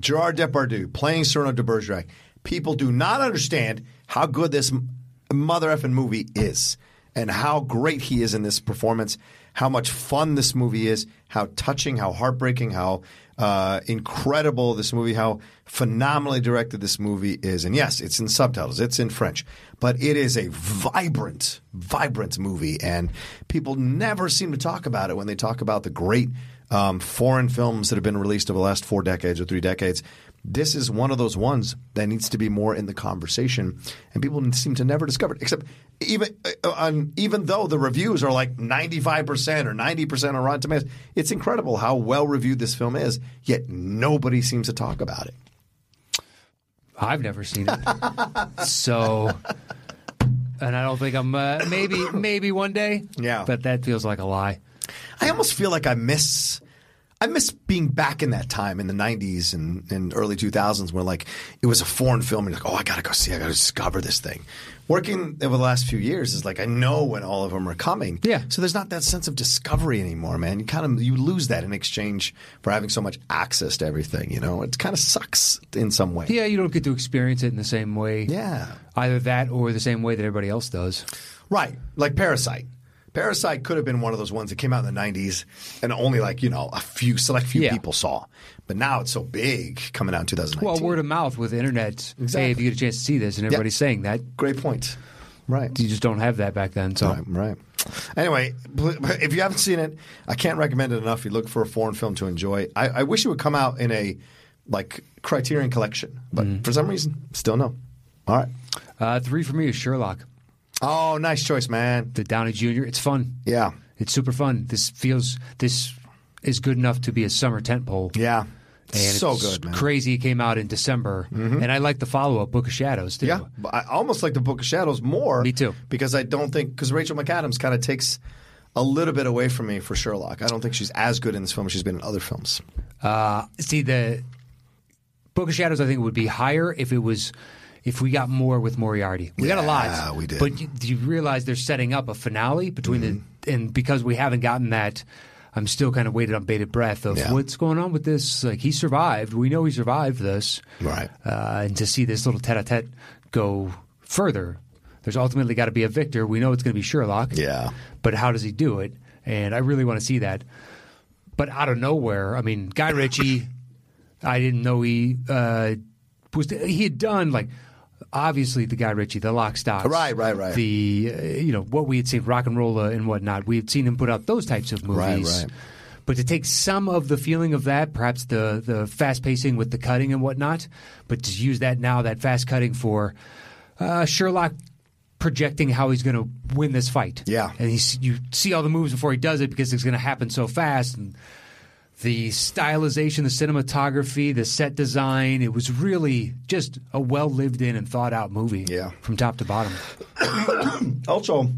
Gerard Depardieu playing Cyrano de Bergerac. People do not understand how good this m- mother effing movie is, and how great he is in this performance. How much fun this movie is. How touching. How heartbreaking. How uh, incredible this movie. How phenomenally directed this movie is. And yes, it's in subtitles. It's in French, but it is a vibrant, vibrant movie, and people never seem to talk about it when they talk about the great um, foreign films that have been released over the last four decades or three decades. This is one of those ones that needs to be more in the conversation, and people seem to never discover it. Except even uh, on, even though the reviews are like ninety five percent or ninety percent on Rotten Tomatoes, it's incredible how well reviewed this film is. Yet nobody seems to talk about it.
I've never seen it. so, and I don't think I'm, uh, maybe, maybe one day.
Yeah.
But that feels like a lie.
I almost feel like I miss I miss being back in that time in the '90s and, and early 2000s, where like it was a foreign film, and you're like, oh, I gotta go see, I gotta discover this thing. Working over the last few years is like I know when all of them are coming.
Yeah.
So there's not that sense of discovery anymore, man. You kind of you lose that in exchange for having so much access to everything. You know, it kind of sucks in some way.
Yeah, you don't get to experience it in the same way.
Yeah.
Either that or the same way that everybody else does.
Right. Like Parasite. Parasite could have been one of those ones that came out in the 90s and only like, you know, a few select few
Yeah.
people saw. But now it's so big coming out in 2019.
Well, word of mouth with the internet. Hey, if you get a chance to see this and everybody's saying that,
Great point. Right.
you just don't have that back then. So,
Right, right. Anyway, pl- if you haven't seen it, I can't recommend it enough. You look for a foreign film to enjoy. I, I wish it would come out in a like Criterion collection, but
Mm-hmm.
for some reason, still no. All right.
uh, three for me is Sherlock,
Oh, nice choice, man.
the Downey Jr. It's fun.
Yeah,
It's super fun. This feels this is good enough to be a summer tentpole.
yeah.
and
so
it's
good, man. Mm-hmm.
Crazy it came out in December, and I like the follow up Book of Shadows too.
Yeah, but I almost like the Book of Shadows more.
Me too.
because I don't think because Rachel McAdams kind of takes a little bit away from me for Sherlock. I don't think she's as good in this film as she's been in other films.
Uh, see the Book of Shadows, I think would be higher if it was if we got more with Moriarty. We got a lot.
Yeah, we did.
But you, do you realize they're setting up a finale between
Mm-hmm.
the and because we haven't gotten that. I'm still kind of waited on bated breath of
Yeah.
what's going on with this. Like he survived, we know he survived this,
Right.
Uh, and to see this little tete-a-tete go further, there's ultimately got to be a victor. We know it's going to be Sherlock.
Yeah.
but how does he do it? And I really want to see that. But out of nowhere, I mean, Guy Ritchie, I didn't know he uh, was. He had done like obviously the Guy Ritchie, the Lock Stock,
Right, right, right.
The uh, you know what we had seen, Rock and Rolla and whatnot. We had seen him put out those types of movies.
right.
But to take some of the feeling of that, perhaps the the fast pacing with the cutting and whatnot, but to use that now, that fast cutting for uh, Sherlock projecting how he's going to win this fight.
Yeah.
and he's, you see all the moves before he does it because it's going to happen so fast. And the stylization, the cinematography, the set design, it was really just a well lived in and thought out movie.
Yeah.
from top to bottom.
also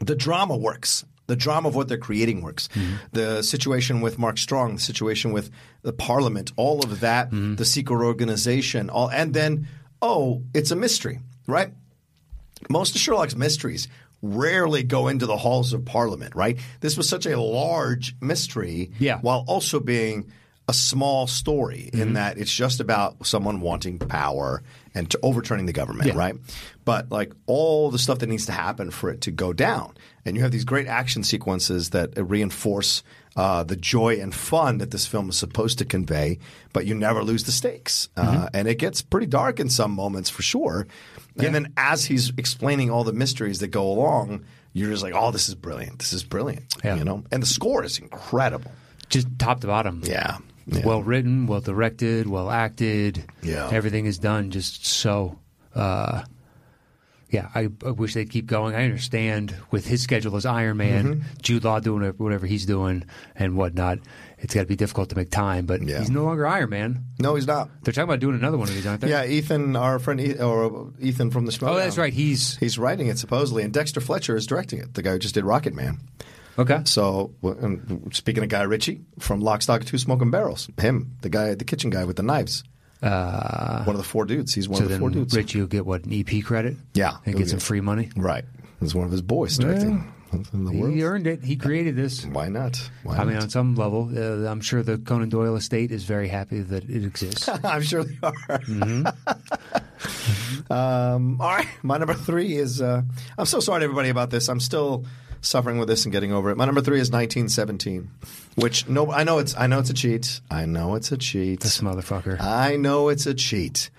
the drama works the drama of what they're creating works the situation with mark strong the situation with the parliament all of that the secret organization all and then oh it's a mystery right most of Sherlock's mysteries rarely go into the halls of Parliament, right? This was such a large mystery
Yeah.
while also being a a small story
Mm-hmm.
in that it's just about someone wanting power and to overturning the government,
Yeah.
right? But like all the stuff that needs to happen for it to go down, and you have these great action sequences that reinforce uh, the joy and fun that this film is supposed to convey, but you never lose the stakes,
Mm-hmm.
uh, and it gets pretty dark in some moments for sure. And then as he's explaining all the mysteries that go along, you're just like, "Oh, this is brilliant! This is brilliant!"
Yeah.
You know, and the score is incredible.
Just top to bottom.
Yeah. Yeah.
Well written, well directed, well acted.
Yeah.
Everything is done just so. Uh, yeah, I, I wish they'd keep going. I understand with his schedule as Iron Man,
Mm-hmm.
Jude Law doing whatever- whatever he's doing and whatnot. It's got to be difficult to make time, but
Yeah.
he's no longer Iron Man.
no, he's not.
They're talking about doing another one of these, aren't they?
Yeah, Ethan, our friend, E- or Ethan from the Schmodown.
Oh, that's right. He's
He's writing it supposedly, and Dexter Fletcher is directing it. The guy who just did Rocket Man.
okay.
So, w- and speaking of Guy Ritchie from Lock, Stock, and Two Smoking Barrels, him, the guy, the kitchen guy with the knives, uh, one of the four dudes. He's one
So
of the
then
four dudes.
Richie will get what an EP credit.
Yeah.
and get some free money.
Right, he's one of his boys directing in the world.
He earned it. He created this.
Why not? Why
I mean,
not?
on some level, uh, I'm sure the Conan Doyle estate is very happy that it exists.
I'm sure they are. um, all right, my number three is. Uh, I'm so sorry to everybody about this. I'm still suffering with this and getting over it. My number three is 1917, which no, I know it's. I know it's a cheat. I know it's a cheat.
this motherfucker.
I know it's a cheat,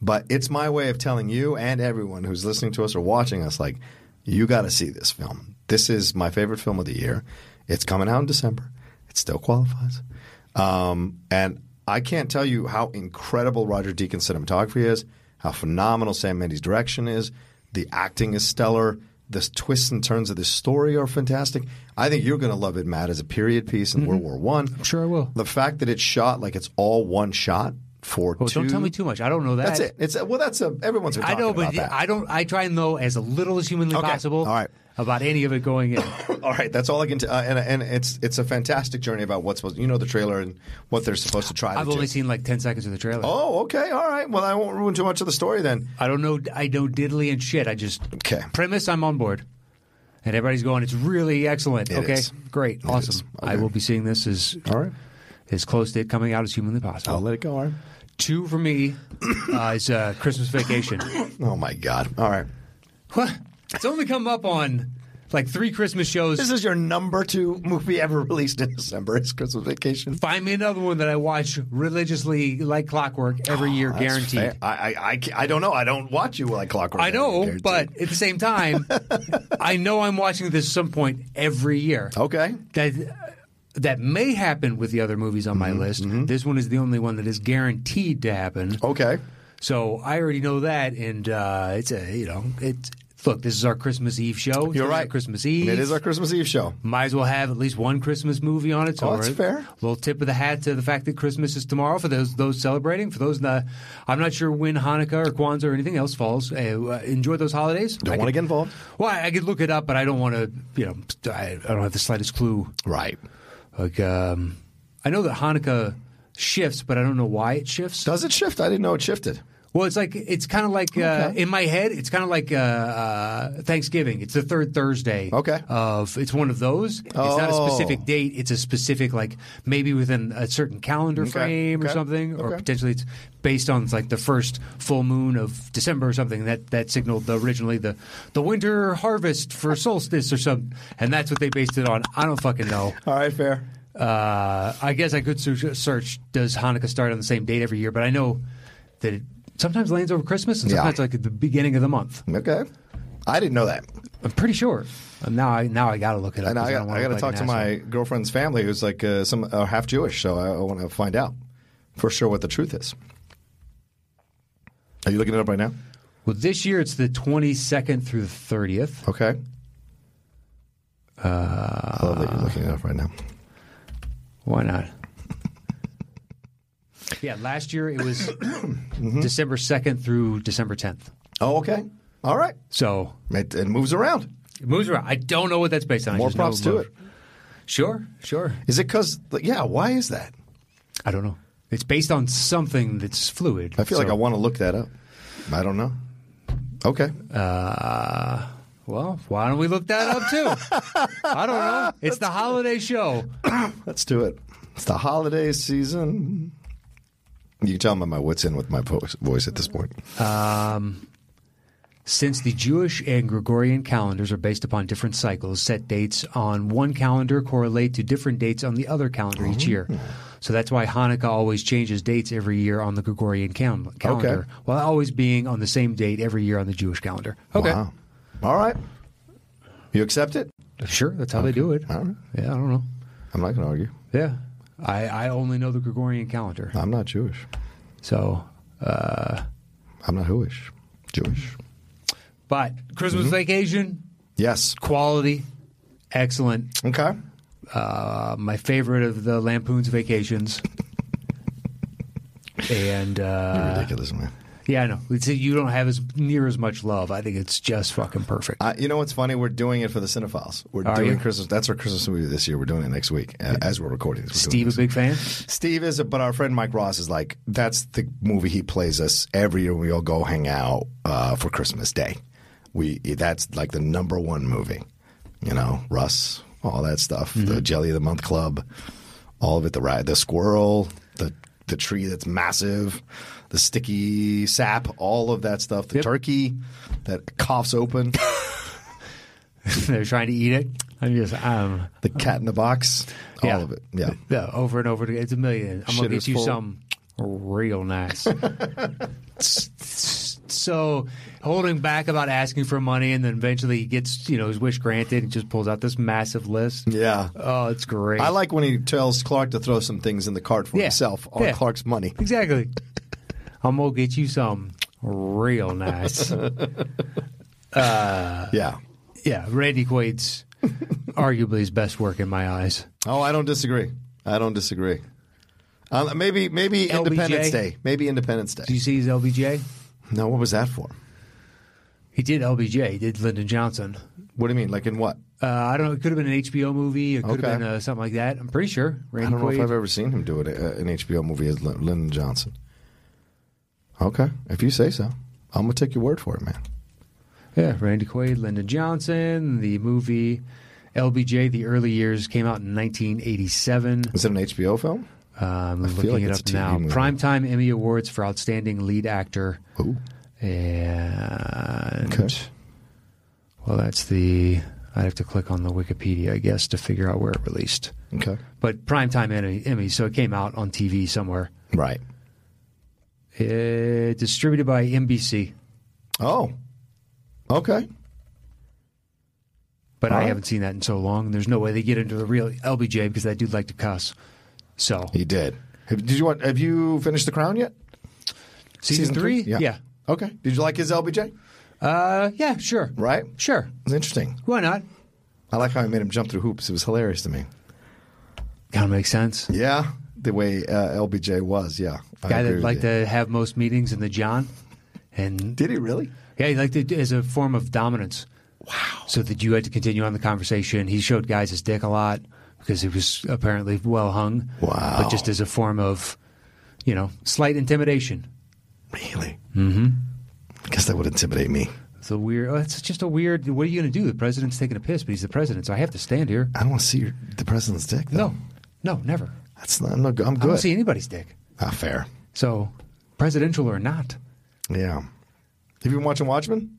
but it's my way of telling you and everyone who's listening to us or watching us, like, you got to see this film. This is my favorite film of the year. It's coming out in December. It still qualifies. Um, and I can't tell you how incredible Roger Deakins' cinematography is, how phenomenal Sam Mendes' direction is. The acting is stellar. The twists and turns of this story are fantastic. I think you're going to love it, Matt, as a period piece in World War One. I'm
Mm-hmm. sure I will.
the fact that it's shot like it's all one shot for
Well, do
two.
Oh, don't tell me too much. I don't know that.
That's it. It's well. That's a everyone's. Been
I
talking
know, but
about that.
I don't. I try and know as little as humanly
Okay.
possible.
All right.
About any of it going in.
all right, that's all I can. T- uh, and and it's it's a fantastic journey about what's supposed. You know the trailer and what they're supposed to try.
I've
to
only
do.
seen like ten seconds of the trailer.
Oh, okay, all right. Well, I won't ruin too much of the story then.
I don't know. I know diddly and shit. I just
Okay.
premise. I'm on board, and everybody's going. It's really excellent. okay,
is.
great, awesome. I will be seeing this as
All right. Oh.
as close to it coming out as humanly possible.
I'll let it go. All right.
Two for me uh, is uh, Christmas Vacation.
Oh my God. All right.
What? It's only come up on like three Christmas shows.
This is your number two movie ever released in December. It's Christmas Vacation.
Find me another one that I watch religiously, like clockwork, every year, guaranteed.
Oh, Fair. I, I, I, ca- I don't know. I don't watch you like clockwork.
I know,
Guaranteed.
but at the same time, I know I'm watching this at some point every year.
okay.
That that may happen with the other movies on my
Mm-hmm.
list. This one is the only one that is guaranteed to happen.
Okay.
So I already know that, and uh, it's a you know it's look. This is our Christmas Eve show. It's
You're
our
right.
Christmas Eve.
It is our Christmas Eve show.
Might as well have at least one Christmas movie on it. So
Oh, that's
a
fair.
Little tip of the hat to the fact that Christmas is tomorrow for those those celebrating. For those not, I'm not sure when Hanukkah or Kwanzaa or anything else falls. Uh, uh, enjoy those holidays.
Don't
I
want to
could-
get involved.
Well, I I could look it up, but I don't want to. You know, I, I don't have the slightest clue.
Right.
Like, um, I know that Hanukkah shifts, but I don't know why it shifts.
Does it shift? I didn't know it shifted.
Well, it's like it's kind of like uh, in my head, it's kind of like uh, uh, Thanksgiving. It's the third Thursday.
Okay.
Of it's one of those. It's not a
Oh.
specific date. It's a specific like maybe within a certain calendar frame or
Okay.
something, or
Okay.
potentially it's based on like the first full moon of December or something that that signaled the, originally the the winter harvest for solstice or something, and that's what they based it on. I don't fucking know.
All right, fair.
Uh, I guess I could search, search does Hanukkah start on the same date every year, but I know that it sometimes lands over Christmas and
Yeah.
sometimes like at the beginning of the month.
Okay. I didn't know that.
I'm pretty sure. Um, now I now I gotta look it up.
And
'cause
I,
don't
got,
wanna
I got to
look like
talk to
an
my
asshole.
girlfriend's family, who's like uh, some uh, half Jewish, so I, I want to find out for sure what the truth is. Are you looking it up right now?
Well, this year it's the 22nd through the 30th.
Okay. Uh, I love that you're looking it up right now.
Why not? yeah, last year it was
Mm-hmm.
December 2nd through December 10th.
Oh, okay. All right.
So
It, it moves around.
it moves around. I don't know what that's based on. I
More
just know
props to
moves.
it.
Sure, sure.
Is it because, yeah, why is that?
I don't know. It's based on something that's fluid.
I feel like
so-
I want to look that up. I don't know. Okay.
Uh, well, why don't we look that up too? I don't know. It's the holiday show.
Let's do it. It's the holiday season. You can tell I'm at my wits end with my vo- voice at this point.
Since the Jewish and Gregorian calendars are based upon different cycles, set dates on one calendar correlate to different dates on the other calendar each year.
Oh.
So that's why Hanukkah always changes dates every year on the Gregorian cal- calendar, while always being on the same date every year on the Jewish calendar. Okay.
Wow. All right. You accept it?
Sure, that's how they do it.
All right.
Yeah, I don't know.
I'm not going to argue.
Yeah. I, I only know the Gregorian calendar.
I'm not Jewish.
So,
I'm not Jewish. Jewish.
but
Mm-hmm.
Christmas vacation,
Yes.
quality, excellent. uh,
Okay.
my favorite of the Lampoon's vacations. and uh,
Ridiculous, man.
yeah, I know. It's, you don't have as near as much love. I think it's just fucking perfect.
I, you know what's funny? We're doing it for the cinephiles. We're
Are
doing
you?
Christmas. That's our Christmas movie this year. We're doing it next week uh, as we're recording. this. We're doing
Steve, a
this.
big fan?
Steve is, but our friend Mike Ross is like, that's the movie he plays us every year. when We all go hang out uh, for Christmas Day. We that's like the number one movie. You know, Russ, all that stuff, the Jelly of the Month Club, all of it. The ride, the squirrel, the the tree that's massive, the sticky sap, all of that stuff. The turkey that coughs open,
They're trying to eat it. I'm just, um,
the cat in the box,
Yeah.
all of it. Yeah.
yeah, over and over again. It's a million. I'm
Shit
going to
is
get you
full.
some real nice. S- s- so holding back about asking for money and then eventually he gets, you know, his wish granted and just pulls out this massive list.
Yeah.
Oh, it's great.
I like when he tells Clark to throw some things in the cart for
Yeah.
himself on
Yeah.
Clark's money.
Exactly. I'm gonna get you some real nice.
Yeah.
yeah, Randy Quaid's arguably his best work in my eyes.
Oh, I don't disagree. I don't disagree. Uh, maybe maybe
LBJ?
Independence Day. Maybe Independence
Do
Day.
you see his LBJ?
No, what was that for?
He did LBJ. He did Lyndon Johnson.
What do you mean? Like in what?
Uh, I don't know. It could have been an HBO movie. It could
Okay.
have been uh, something like that. I'm pretty sure.
I
Randy
don't know if
Quaid.
I've ever seen him do it uh, an HBO movie as Lyn- Lyndon Johnson. Okay, if you say so, I'm gonna take your word for it, man.
Yeah, Randy Quaid, Lyndon Johnson. The movie LBJ, the early years, came out in 1987.
Is it an HBO film?
Um, looking
feel like
it
it's
up
a TV
now.
movie.
Primetime Emmy Awards for Outstanding Lead Actor.
Ooh.
And
Okay.
well, that's the. I'd have to click on the Wikipedia, I guess, to figure out where it released.
Okay.
But primetime Emmy, Emmy, so it came out on TV somewhere.
Right.
It, distributed by NBC,
Oh. Okay.
but I
Alright.
haven't seen that in so long. There's no way they get into the real LBJ because that dude liked to cuss. So
He did. Have, did you want? Have you finished The Crown yet?
season, three,
Yeah.
yeah,
Okay. Did you like his LBJ?
uh, yeah, sure,
Right.
sure,
It's interesting.
why not?
I like how I made him jump through hoops. It was hilarious to me.
Kind of makes sense.
Yeah, the way uh, LBJ was. Yeah, I
Guy
agree
that
with
liked
you.
to have most meetings in the John, and
Did he really?
Yeah, he liked it as a form of dominance. Wow. So that you had to continue on the conversation. He showed guys his dick a lot because he was apparently well hung.
Wow.
But just as a form of, you know, slight intimidation.
Really? Mm-hmm. I guess that would intimidate me.
It's a weird, oh, it's just a weird, what are you going to do? The president's taking a piss, but he's the president, so I have to stand here.
I don't want to see your, the president's dick. Though.
No, no, never.
that's not. I'm, not, I'm
I don't
good.
see anybody's dick.
Not fair.
So, presidential or not,
Yeah. Have you been watching Watchmen?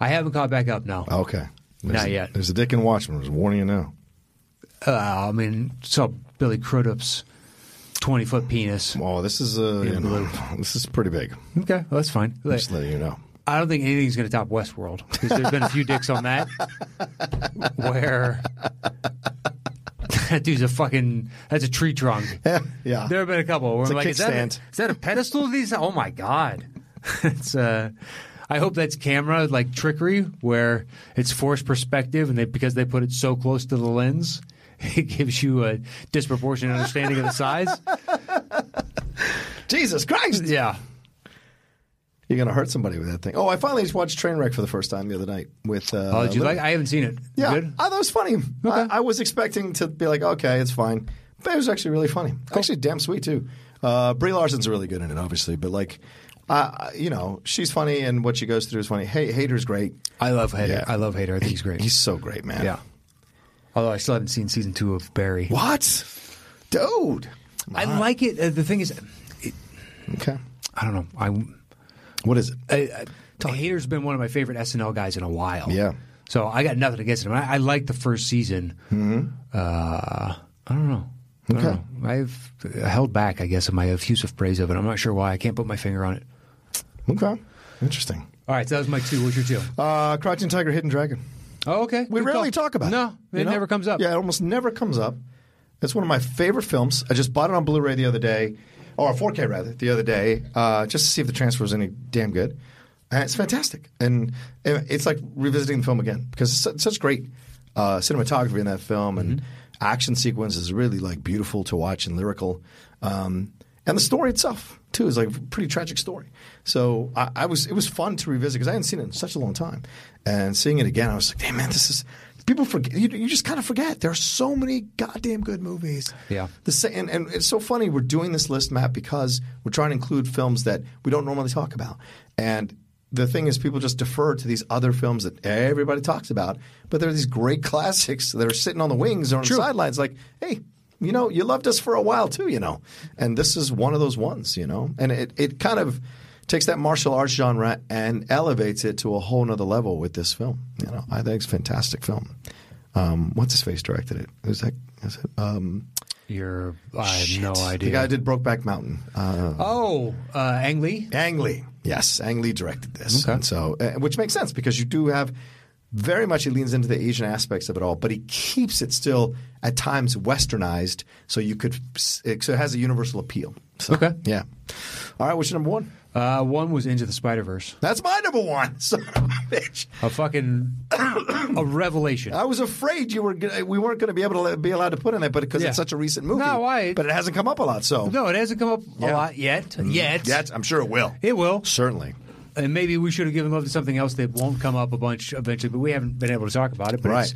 I haven't caught back up now.
Okay. There's
Not
a-
yet.
There's a dick in Watchmen. I was warning you now.
Uh, I mean, saw Billy Crudup's 20 foot penis.
Oh, this is uh, you know, this is pretty big.
Okay, well, that's fine.
Just letting you know.
I don't think anything's going to top Westworld because there's been a few dicks on that where that dude's a fucking that's a tree trunk.
yeah.
There have been a couple where I'm
a
like, is that, a,
kickstand.
is that a pedestal? These? Oh my god! it's uh, I hope that's camera like trickery where it's forced perspective and they because they put it so close to the lens, it gives you a disproportionate understanding of the size.
Jesus Christ!
Yeah.
You're gonna hurt somebody with that thing. Oh, I finally just watched Trainwreck for the first time the other night with. Uh,
Oh, did you
Lily.
like? I haven't seen it.
Yeah,
Good?
I thought it was funny. I, I was expecting to be like, okay, it's fine, but it was actually really funny. Actually, damn sweet too. Uh, Brie Larson's really good in it, obviously, but like, uh, you know, she's funny, and what she goes through is funny. Hey, Hater's great.
I love Hater.
Yeah.
I love Hater. I think he's great.
He's so great, man.
Yeah. Although I still haven't seen season two of Barry.
What? dude.
I like it. Uh, the thing is,
Okay.
I don't know. I,
What is it?
I, I Hater's been one of my favorite SNL guys in a while.
Yeah.
So I got nothing against him. I, I like the first season. Uh, I don't know. I don't
Mm-hmm. Okay.
know. I've held back, I guess, in my effusive praise of it. I'm not sure why. I can't put my finger on it.
Okay. Interesting.
All right, so that was my two. What's your two?
Uh, Crouching Tiger, Hidden Dragon.
Oh, okay.
We rarely talk about
no,
it.
No,
you
it
know?
never comes up.
Yeah, it almost never comes up. It's one of my favorite films. I just bought it on Blu ray the other day, or 4K rather, the other day, uh, just to see if the transfer was any damn good. And it's fantastic. And and it's like revisiting the film again because it's su- such great uh, cinematography in that film
Mm-hmm.
and action sequence is really like beautiful to watch and lyrical. Um, and the story itself too is like a pretty tragic story. So I, I was it was fun to revisit because I hadn't seen it in such a long time, and seeing it again, I was like, "Hey man, this is." People forget. You, you just kind of forget. There are so many goddamn good movies.
Yeah.
The sa- and, and it's so funny. We're doing this list, Matt, because we're trying to include films that we don't normally talk about. And the thing is, people just defer to these other films that everybody talks about, but there are these great classics that are sitting on the wings or on the sidelines, like, hey, you know, you loved us for a while too, you know. And this is one of those ones, you know. And it, it kind of takes that martial arts genre and elevates it to a whole nother level with this film. You know, I think it's a fantastic film. Um, what's his face directed it? Is that is it? Um,
You're, I have no idea.
the guy who did Brokeback Mountain. Uh,
oh, uh, Ang Lee?
Ang Lee. Yes, Ang Lee directed this.
Okay.
And so, uh, which makes sense because you do have very much he leans into the Asian aspects of it all, but he keeps it still at times westernized, so you could so it has a universal appeal. So,
Okay.
Yeah. All right. What's your number one?
Uh, one was Into the Spider Verse.
That's my number one. Son of a bitch.
A fucking a revelation.
I was afraid you were gonna, we weren't going to be able to be allowed to put in it, but because
Yeah.
it's such a recent movie,
No, I-
but it hasn't come up a lot. So
no, it hasn't come up
Yeah.
a lot yet. Yet.
That's- I'm sure it will.
It will.
Certainly.
And maybe we should have given love to something else that won't come up a bunch eventually, but we haven't been able to talk about it. But
Right.
it's,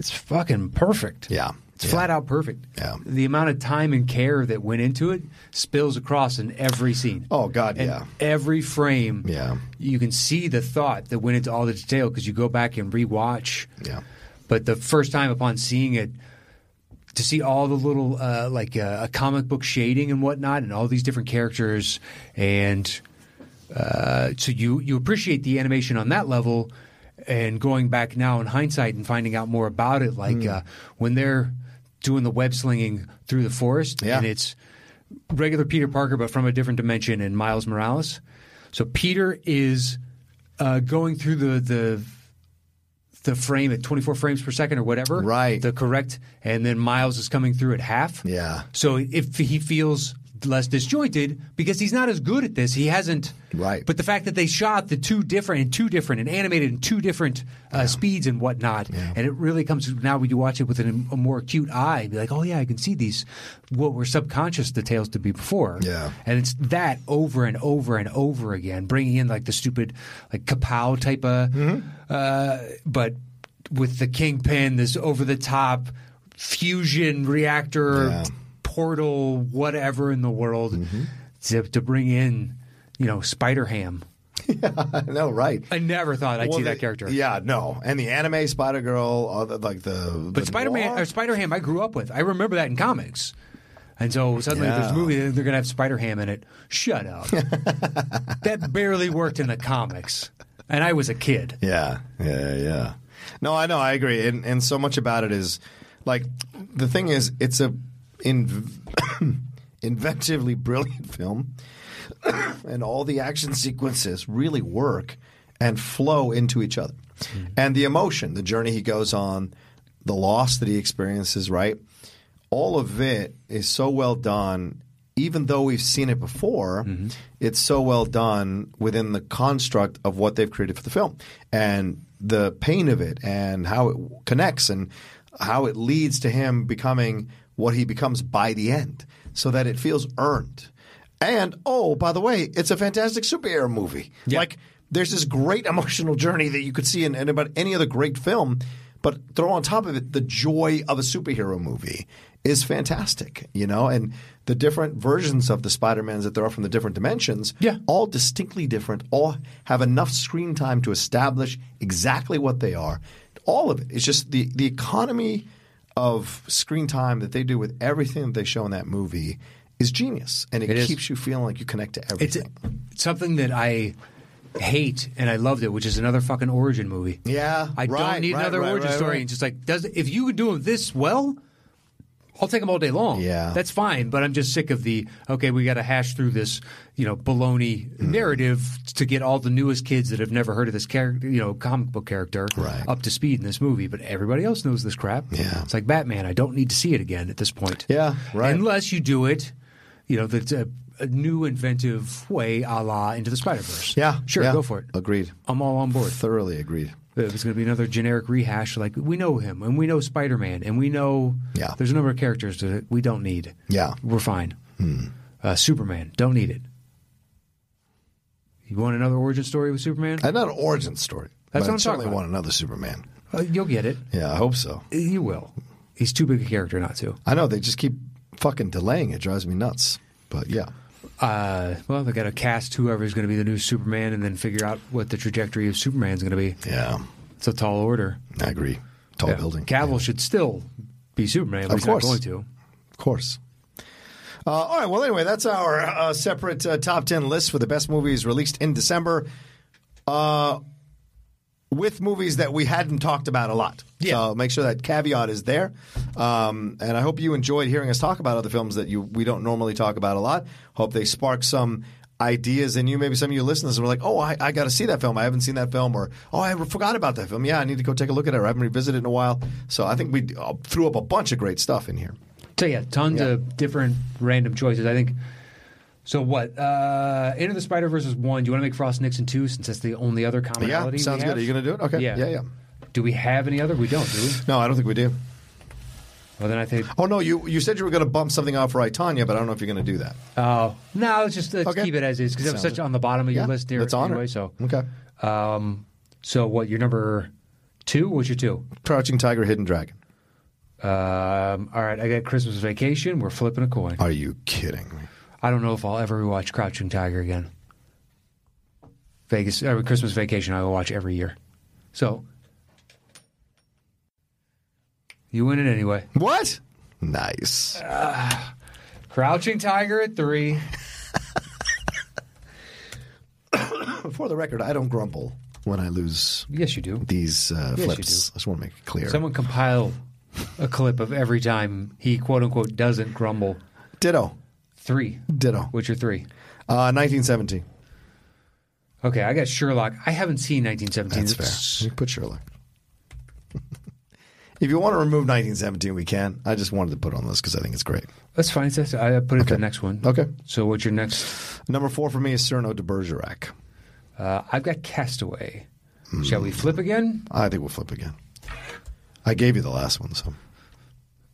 it's fucking perfect.
Yeah.
It's
Yeah.
flat out perfect.
Yeah.
The amount of time and care that went into it spills across in every scene.
Oh, God,
And
yeah.
Every frame.
Yeah.
You can see the thought that went into all the detail because you go back and rewatch.
Yeah.
But the first time upon seeing it, to see all the little uh, like uh, a comic book shading and whatnot, and all these different characters, and uh, so you you appreciate the animation on that level. And going back now in hindsight and finding out more about it, like
Hmm.
uh, when they're doing the web slinging through the forest,
Yeah.
and it's regular Peter Parker, but from a different dimension, and Miles Morales. So Peter is uh, going through the the the frame at 24 frames per second or whatever,
Right.
The correct, and then Miles is coming through at half.
Yeah.
So if he feels less disjointed because he's not as good at this, he hasn't.
Right.
But the fact that they shot the two different and two different and animated in two different uh, speeds and whatnot, and it really comes now when you watch it with an, a more acute eye, be like, oh yeah, I can see these what were subconscious details to be before.
Yeah.
And it's that over and over and over again, bringing in like the stupid like kapow type of,
Mm-hmm.
uh, but with the kingpin, this over the top fusion reactor
Yeah. Mm-hmm.
portal, whatever in the world, to, to bring in, you know, Spider Ham.
no, right.
I never thought I'd
Well,
see
the-
that character.
Yeah, no. And the anime Spider Girl, all the, like the.
But Spider Man or Spider Ham, I grew up with. I remember that in comics. And so suddenly
Yeah.
there's a movie and they're going to have Spider Ham in it. Shut up. that barely worked in the comics. And I was a kid.
Yeah, yeah, yeah. No, I know, I agree. And, and so much about it is like the thing is, it's a in, inventively brilliant film, and all the action sequences really work and flow into each other. And the emotion, the journey he goes on, the loss that he experiences, right? all of it is so well done. Even though we've seen it before, it's so well done within the construct of what they've created for the film and the pain of it and how it connects and how it leads to him becoming what he becomes by the end so that it feels earned. And oh, by the way, it's a fantastic superhero movie. Like there's this great emotional journey that you could see in, in about any other great film, but throw on top of it the joy of a superhero movie is fantastic, you know, and the different versions of the Spider-Mans that there are from the different dimensions,
Yeah.
all distinctly different, all have enough screen time to establish exactly what they are. All of it. It's just the the economy of screen time that they do with everything that they show in that movie is genius, and it,
It is.
keeps you feeling like you connect to
It's
everything.
something that I hate and I loved it, which is another fucking origin movie.
yeah,
I
right,
don't need
right,
another
right,
origin
right,
story.
right.
And just like, does if you could do them this well, I'll take them all day long.
Yeah.
that's fine. But I'm just sick of the okay. We got to hash through this, you know, baloney
Hmm.
narrative to get all the newest kids that have never heard of this character, you know, comic book character,
Right.
up to speed in this movie. But everybody else knows this crap.
Yeah.
it's like Batman. I don't need to see it again at this point.
Yeah, right.
Unless you do it, you know, that's a, a new inventive way, a la Into the Spider Verse.
Yeah,
sure,
yeah.
go for it.
Agreed.
I'm all on board.
Thoroughly agreed.
If it's going to be another generic rehash, like we know him and we know Spider Man and we know
Yeah.
there's a number of characters that we don't need.
Yeah. Hmm.
We're fine. Uh, Superman, don't need it. You want another origin story with Superman?
Another origin story.
That's
but I
what I'm talking
certainly
about.
want another Superman.
Uh, you'll get it.
Yeah, I hope so.
You will. He's too big a character not to.
I know they just keep fucking delaying it. Drives me nuts. But yeah,
Uh, well, they got to cast whoever's going to be the new Superman and then figure out what the trajectory of Superman's going to be.
yeah,
It's a tall order.
I agree. Tall
Yeah.
building.
Cavill should still be Superman, but
Of
he's
course.
not going to.
Of course. Uh, all right. Well, anyway, that's our uh, separate uh, top 10 list for the best movies released in December uh, with movies that we hadn't talked about a lot.
Yeah.
So make sure that caveat is there. Um, and I hope you enjoyed hearing us talk about other films that you we don't normally talk about a lot. Hope they spark some ideas in you. Maybe some of you listen to this and were like, oh, I, I got to see that film. I haven't seen that film. Or, oh, I forgot about that film. Yeah, I need to go take a look at it. I haven't revisited it in a while. So I think we uh, threw up a bunch of great stuff in here.
So yeah, tons
Yeah.
of different random choices. I think. So what? Uh Into the Spider Verse is one. Do you want to make Frost Nixon two since that's the only other
Yeah,
commonality?
sounds
we have?
good. Are you going to do it? Okay.
Yeah.
yeah, yeah.
Do we have any other? We don't, do we?
No, I don't think we do.
Well, then I think.
Oh no, you you said you were going to bump something off for Itanya, but I don't know if you're going to do that.
Oh no, let's just let's
Okay.
keep it as is because it was
Sounds-
such on the bottom of your
yeah,
list there
let's honor
anyway.
it.
So
Okay.
um, so what? Your number two? What's your two?
Crouching Tiger, Hidden Dragon.
Um, all right, I got Christmas Vacation. We're flipping a coin.
Are you kidding me?
I don't know if I'll ever watch Crouching Tiger again. Vegas every Christmas Vacation I will watch every year. So you win it anyway.
What? Nice.
Crouching Tiger at three.
For the record, I don't grumble when I lose
Yes, you do.
these uh,
you
flips. I just want to make it clear.
Someone compile a clip of every time he quote unquote doesn't grumble.
Ditto.
Three.
Ditto.
What's your three?
Uh, 1917.
Okay, I got Sherlock. I haven't seen 1917.
That's fair. You can put Sherlock. if you want to remove 1917, we can. I just wanted to put it on this because I think it's great.
That's fine. That's, I put it to the next one.
Okay.
So what's your next?
Number four for me is Cyrano de Bergerac.
Uh, I've got Castaway.
Hmm.
Shall we flip again?
I think we'll flip again. I gave you the last one, so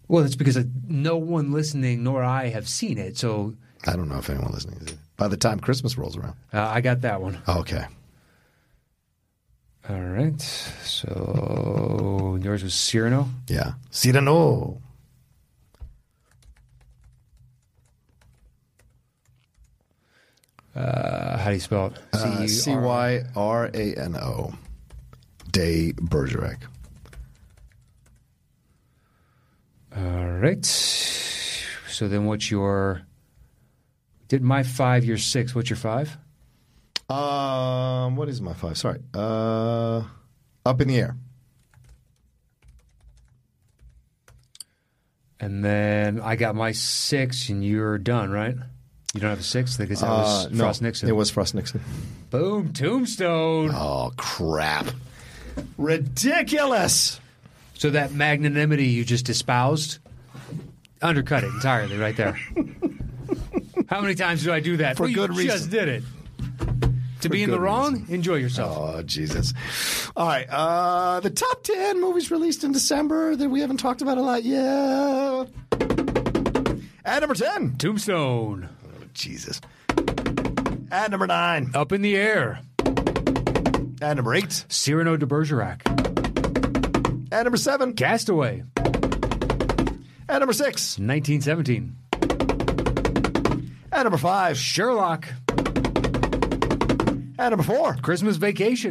Well, that's because uh, no one listening nor I have seen it, so
I don't know if anyone listening is. By the time Christmas rolls around, Oh,
uh, I got that one.
okay.
All right. So yours was Cyrano.
Yeah, Cyrano.
Uh, how do you spell it?
Uh, C y r a n o, de Bergerac.
All right. So then, what's your? Did my five? Your six? What's your five?
Um, what is my five? Sorry, uh, up in the air.
And then I got my six, and you're done, right? You don't have a six because that was
Uh, no,
Frost Nixon.
It was Frost Nixon.
Boom, Tombstone.
Oh crap! Ridiculous.
So that magnanimity you just espoused, undercut it entirely right there. How many times do I do that?
For
Well,
good
you
reason.
Just did it. To be in
good
the wrong, enjoy yourself.
Oh Jesus! All right, uh, the top ten movies released in December that we haven't talked about a lot yet. At number ten,
Tombstone
Jesus. At number nine,
up in the air.
at number eight,
Cyrano de Bergerac,
at number seven,
Castaway,
at number six,
1917,
at number five,
Sherlock,
at number four,
Christmas Vacation,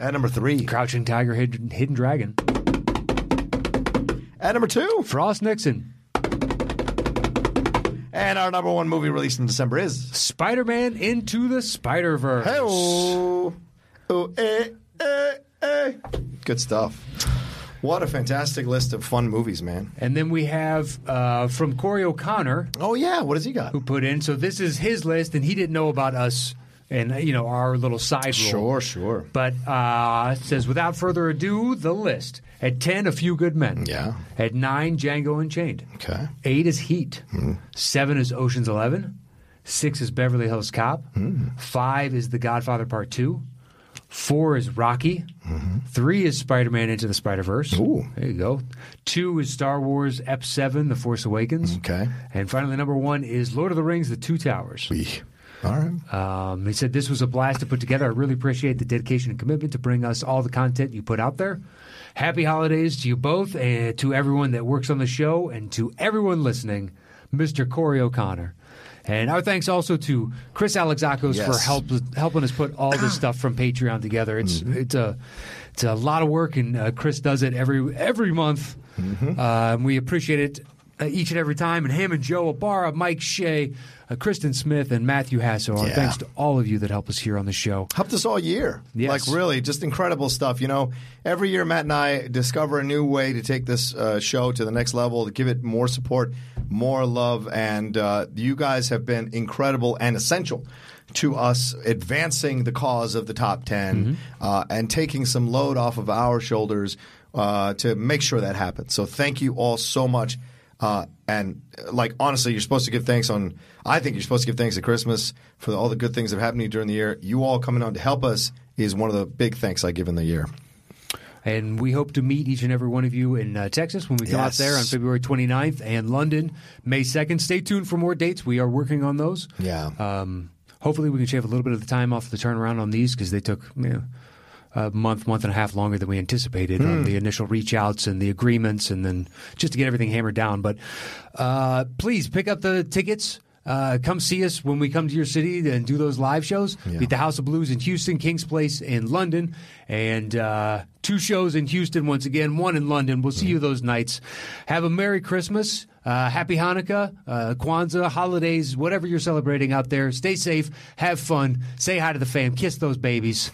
at number three,
Crouching Tiger, Hidden, Hidden Dragon,
At number two,
Frost Nixon,
and our number one movie released in December is
Spider Man Into the Spider Verse.
Oh, oh, eh, eh, eh. Good stuff. What a fantastic list of fun movies, man.
And then we have uh, from Corey O'Connor,
Oh, yeah. What has he got?
who put in. So this is his list, and he didn't know about us and you know our little side role.
Sure, sure.
But uh, it says without further ado, the list at ten, A Few Good Men.
Yeah.
At nine, Django Unchained.
Okay.
Eight is Heat. Seven is Ocean's Eleven. Six is Beverly Hills Cop. Five is The Godfather Part Two. Four is Rocky. Three is Spider Man Into the Spider Verse.
Ooh.
There you go. Two is Star Wars Ep 7, The Force Awakens.
Okay.
And finally, number one is Lord of the Rings, The Two Towers.
We. All right.
Um, he said, This was a blast to put together. I really appreciate the dedication and commitment to bring us all the content you put out there. Happy holidays to you both, and to everyone that works on the show, and to everyone listening, Mr. Corey O'Connor. And our thanks also to Chris Alexakos
Yes.
for help, helping us put all this stuff from Patreon together. It's
Mm-hmm.
it's a it's a lot of work, and uh, Chris does it every every month.
Mm-hmm.
Uh, and we appreciate it uh, each and every time. And him and Joe Abara, Mike Shea, uh, Kristen Smith, and Matthew Hasso are
Yeah.
thanks to all of you that help us here on the show.
helped us all year.
Yes.
Like really, just incredible stuff. You know, every year Matt and I discover a new way to take this uh, show to the next level, to give it more support, more love, and uh, you guys have been incredible and essential to us advancing the cause of the top 10
Mm-hmm.
uh, and taking some load off of our shoulders uh, to make sure that happens. So thank you all so much. Uh, and uh, like honestly, you're supposed to give thanks on. I think you're supposed to give thanks at Christmas for all the good things that have happened to you during the year. You all coming on to help us is one of the big thanks I give in the year.
And we hope to meet each and every one of you in uh, Texas when we come out
Yes.
there on February 29th and London, May 2nd. Stay tuned for more dates. We are working on those.
Yeah.
Um, hopefully, we can shave a little bit of the time off the turnaround on these because they took you know, a month, month and a half longer than we anticipated on the initial reach outs and the agreements, and then just to get everything hammered down. But uh, please pick up the tickets. Uh, come see us when we come to your city and do those live shows. Be at the House of Blues in Houston, King's Place in London, and uh, two shows in Houston once again, one in London. We'll see you those nights. Have a Merry Christmas. Uh, happy Hanukkah, uh, Kwanzaa, holidays, whatever you're celebrating out there. Stay safe, have fun, say hi to the fam, kiss those babies,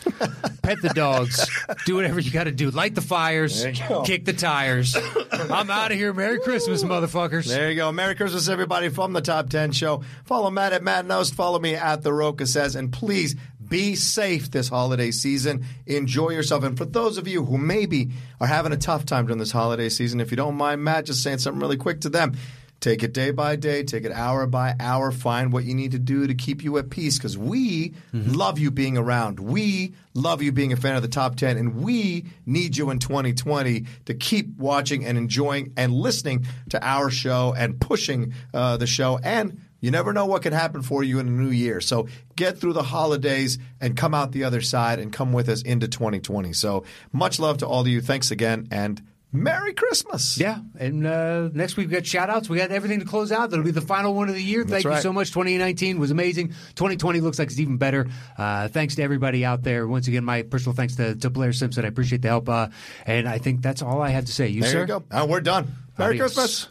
pet the dogs, do whatever you got to do. Light the fires, kick the tires. I'm out of here. Merry Christmas, motherfuckers.
There you go. Merry Christmas, everybody, from the Top 10 Show. Follow Matt at Matt Nost. Follow me at The Roca Says. And please be safe this holiday season. Enjoy yourself. And for those of you who maybe are having a tough time during this holiday season, if you don't mind, Matt, just saying something really quick to them. Take it day by day, take it hour by hour, find what you need to do to keep you at peace because we love you being around. We love you being a fan of the top 10, and we need you in 2020 to keep watching and enjoying and listening to our show and pushing uh, the show. And you never know what could happen for you in a new year. So get through the holidays and come out the other side and come with us into 2020. So much love to all of you. Thanks again, and Merry Christmas.
Yeah, and uh, next week we've got shout outs. We got everything to close out. That'll be the final one of the year. Thank you
right.
so much. 2019 was amazing. 2020 looks like it's even better. Uh, thanks to everybody out there. Once again, my personal thanks to, to Blair Simpson. I appreciate the help. Uh, and I think that's all I have to say. You,
There
sir?
you go. And we're done. Merry
Adios.
Christmas.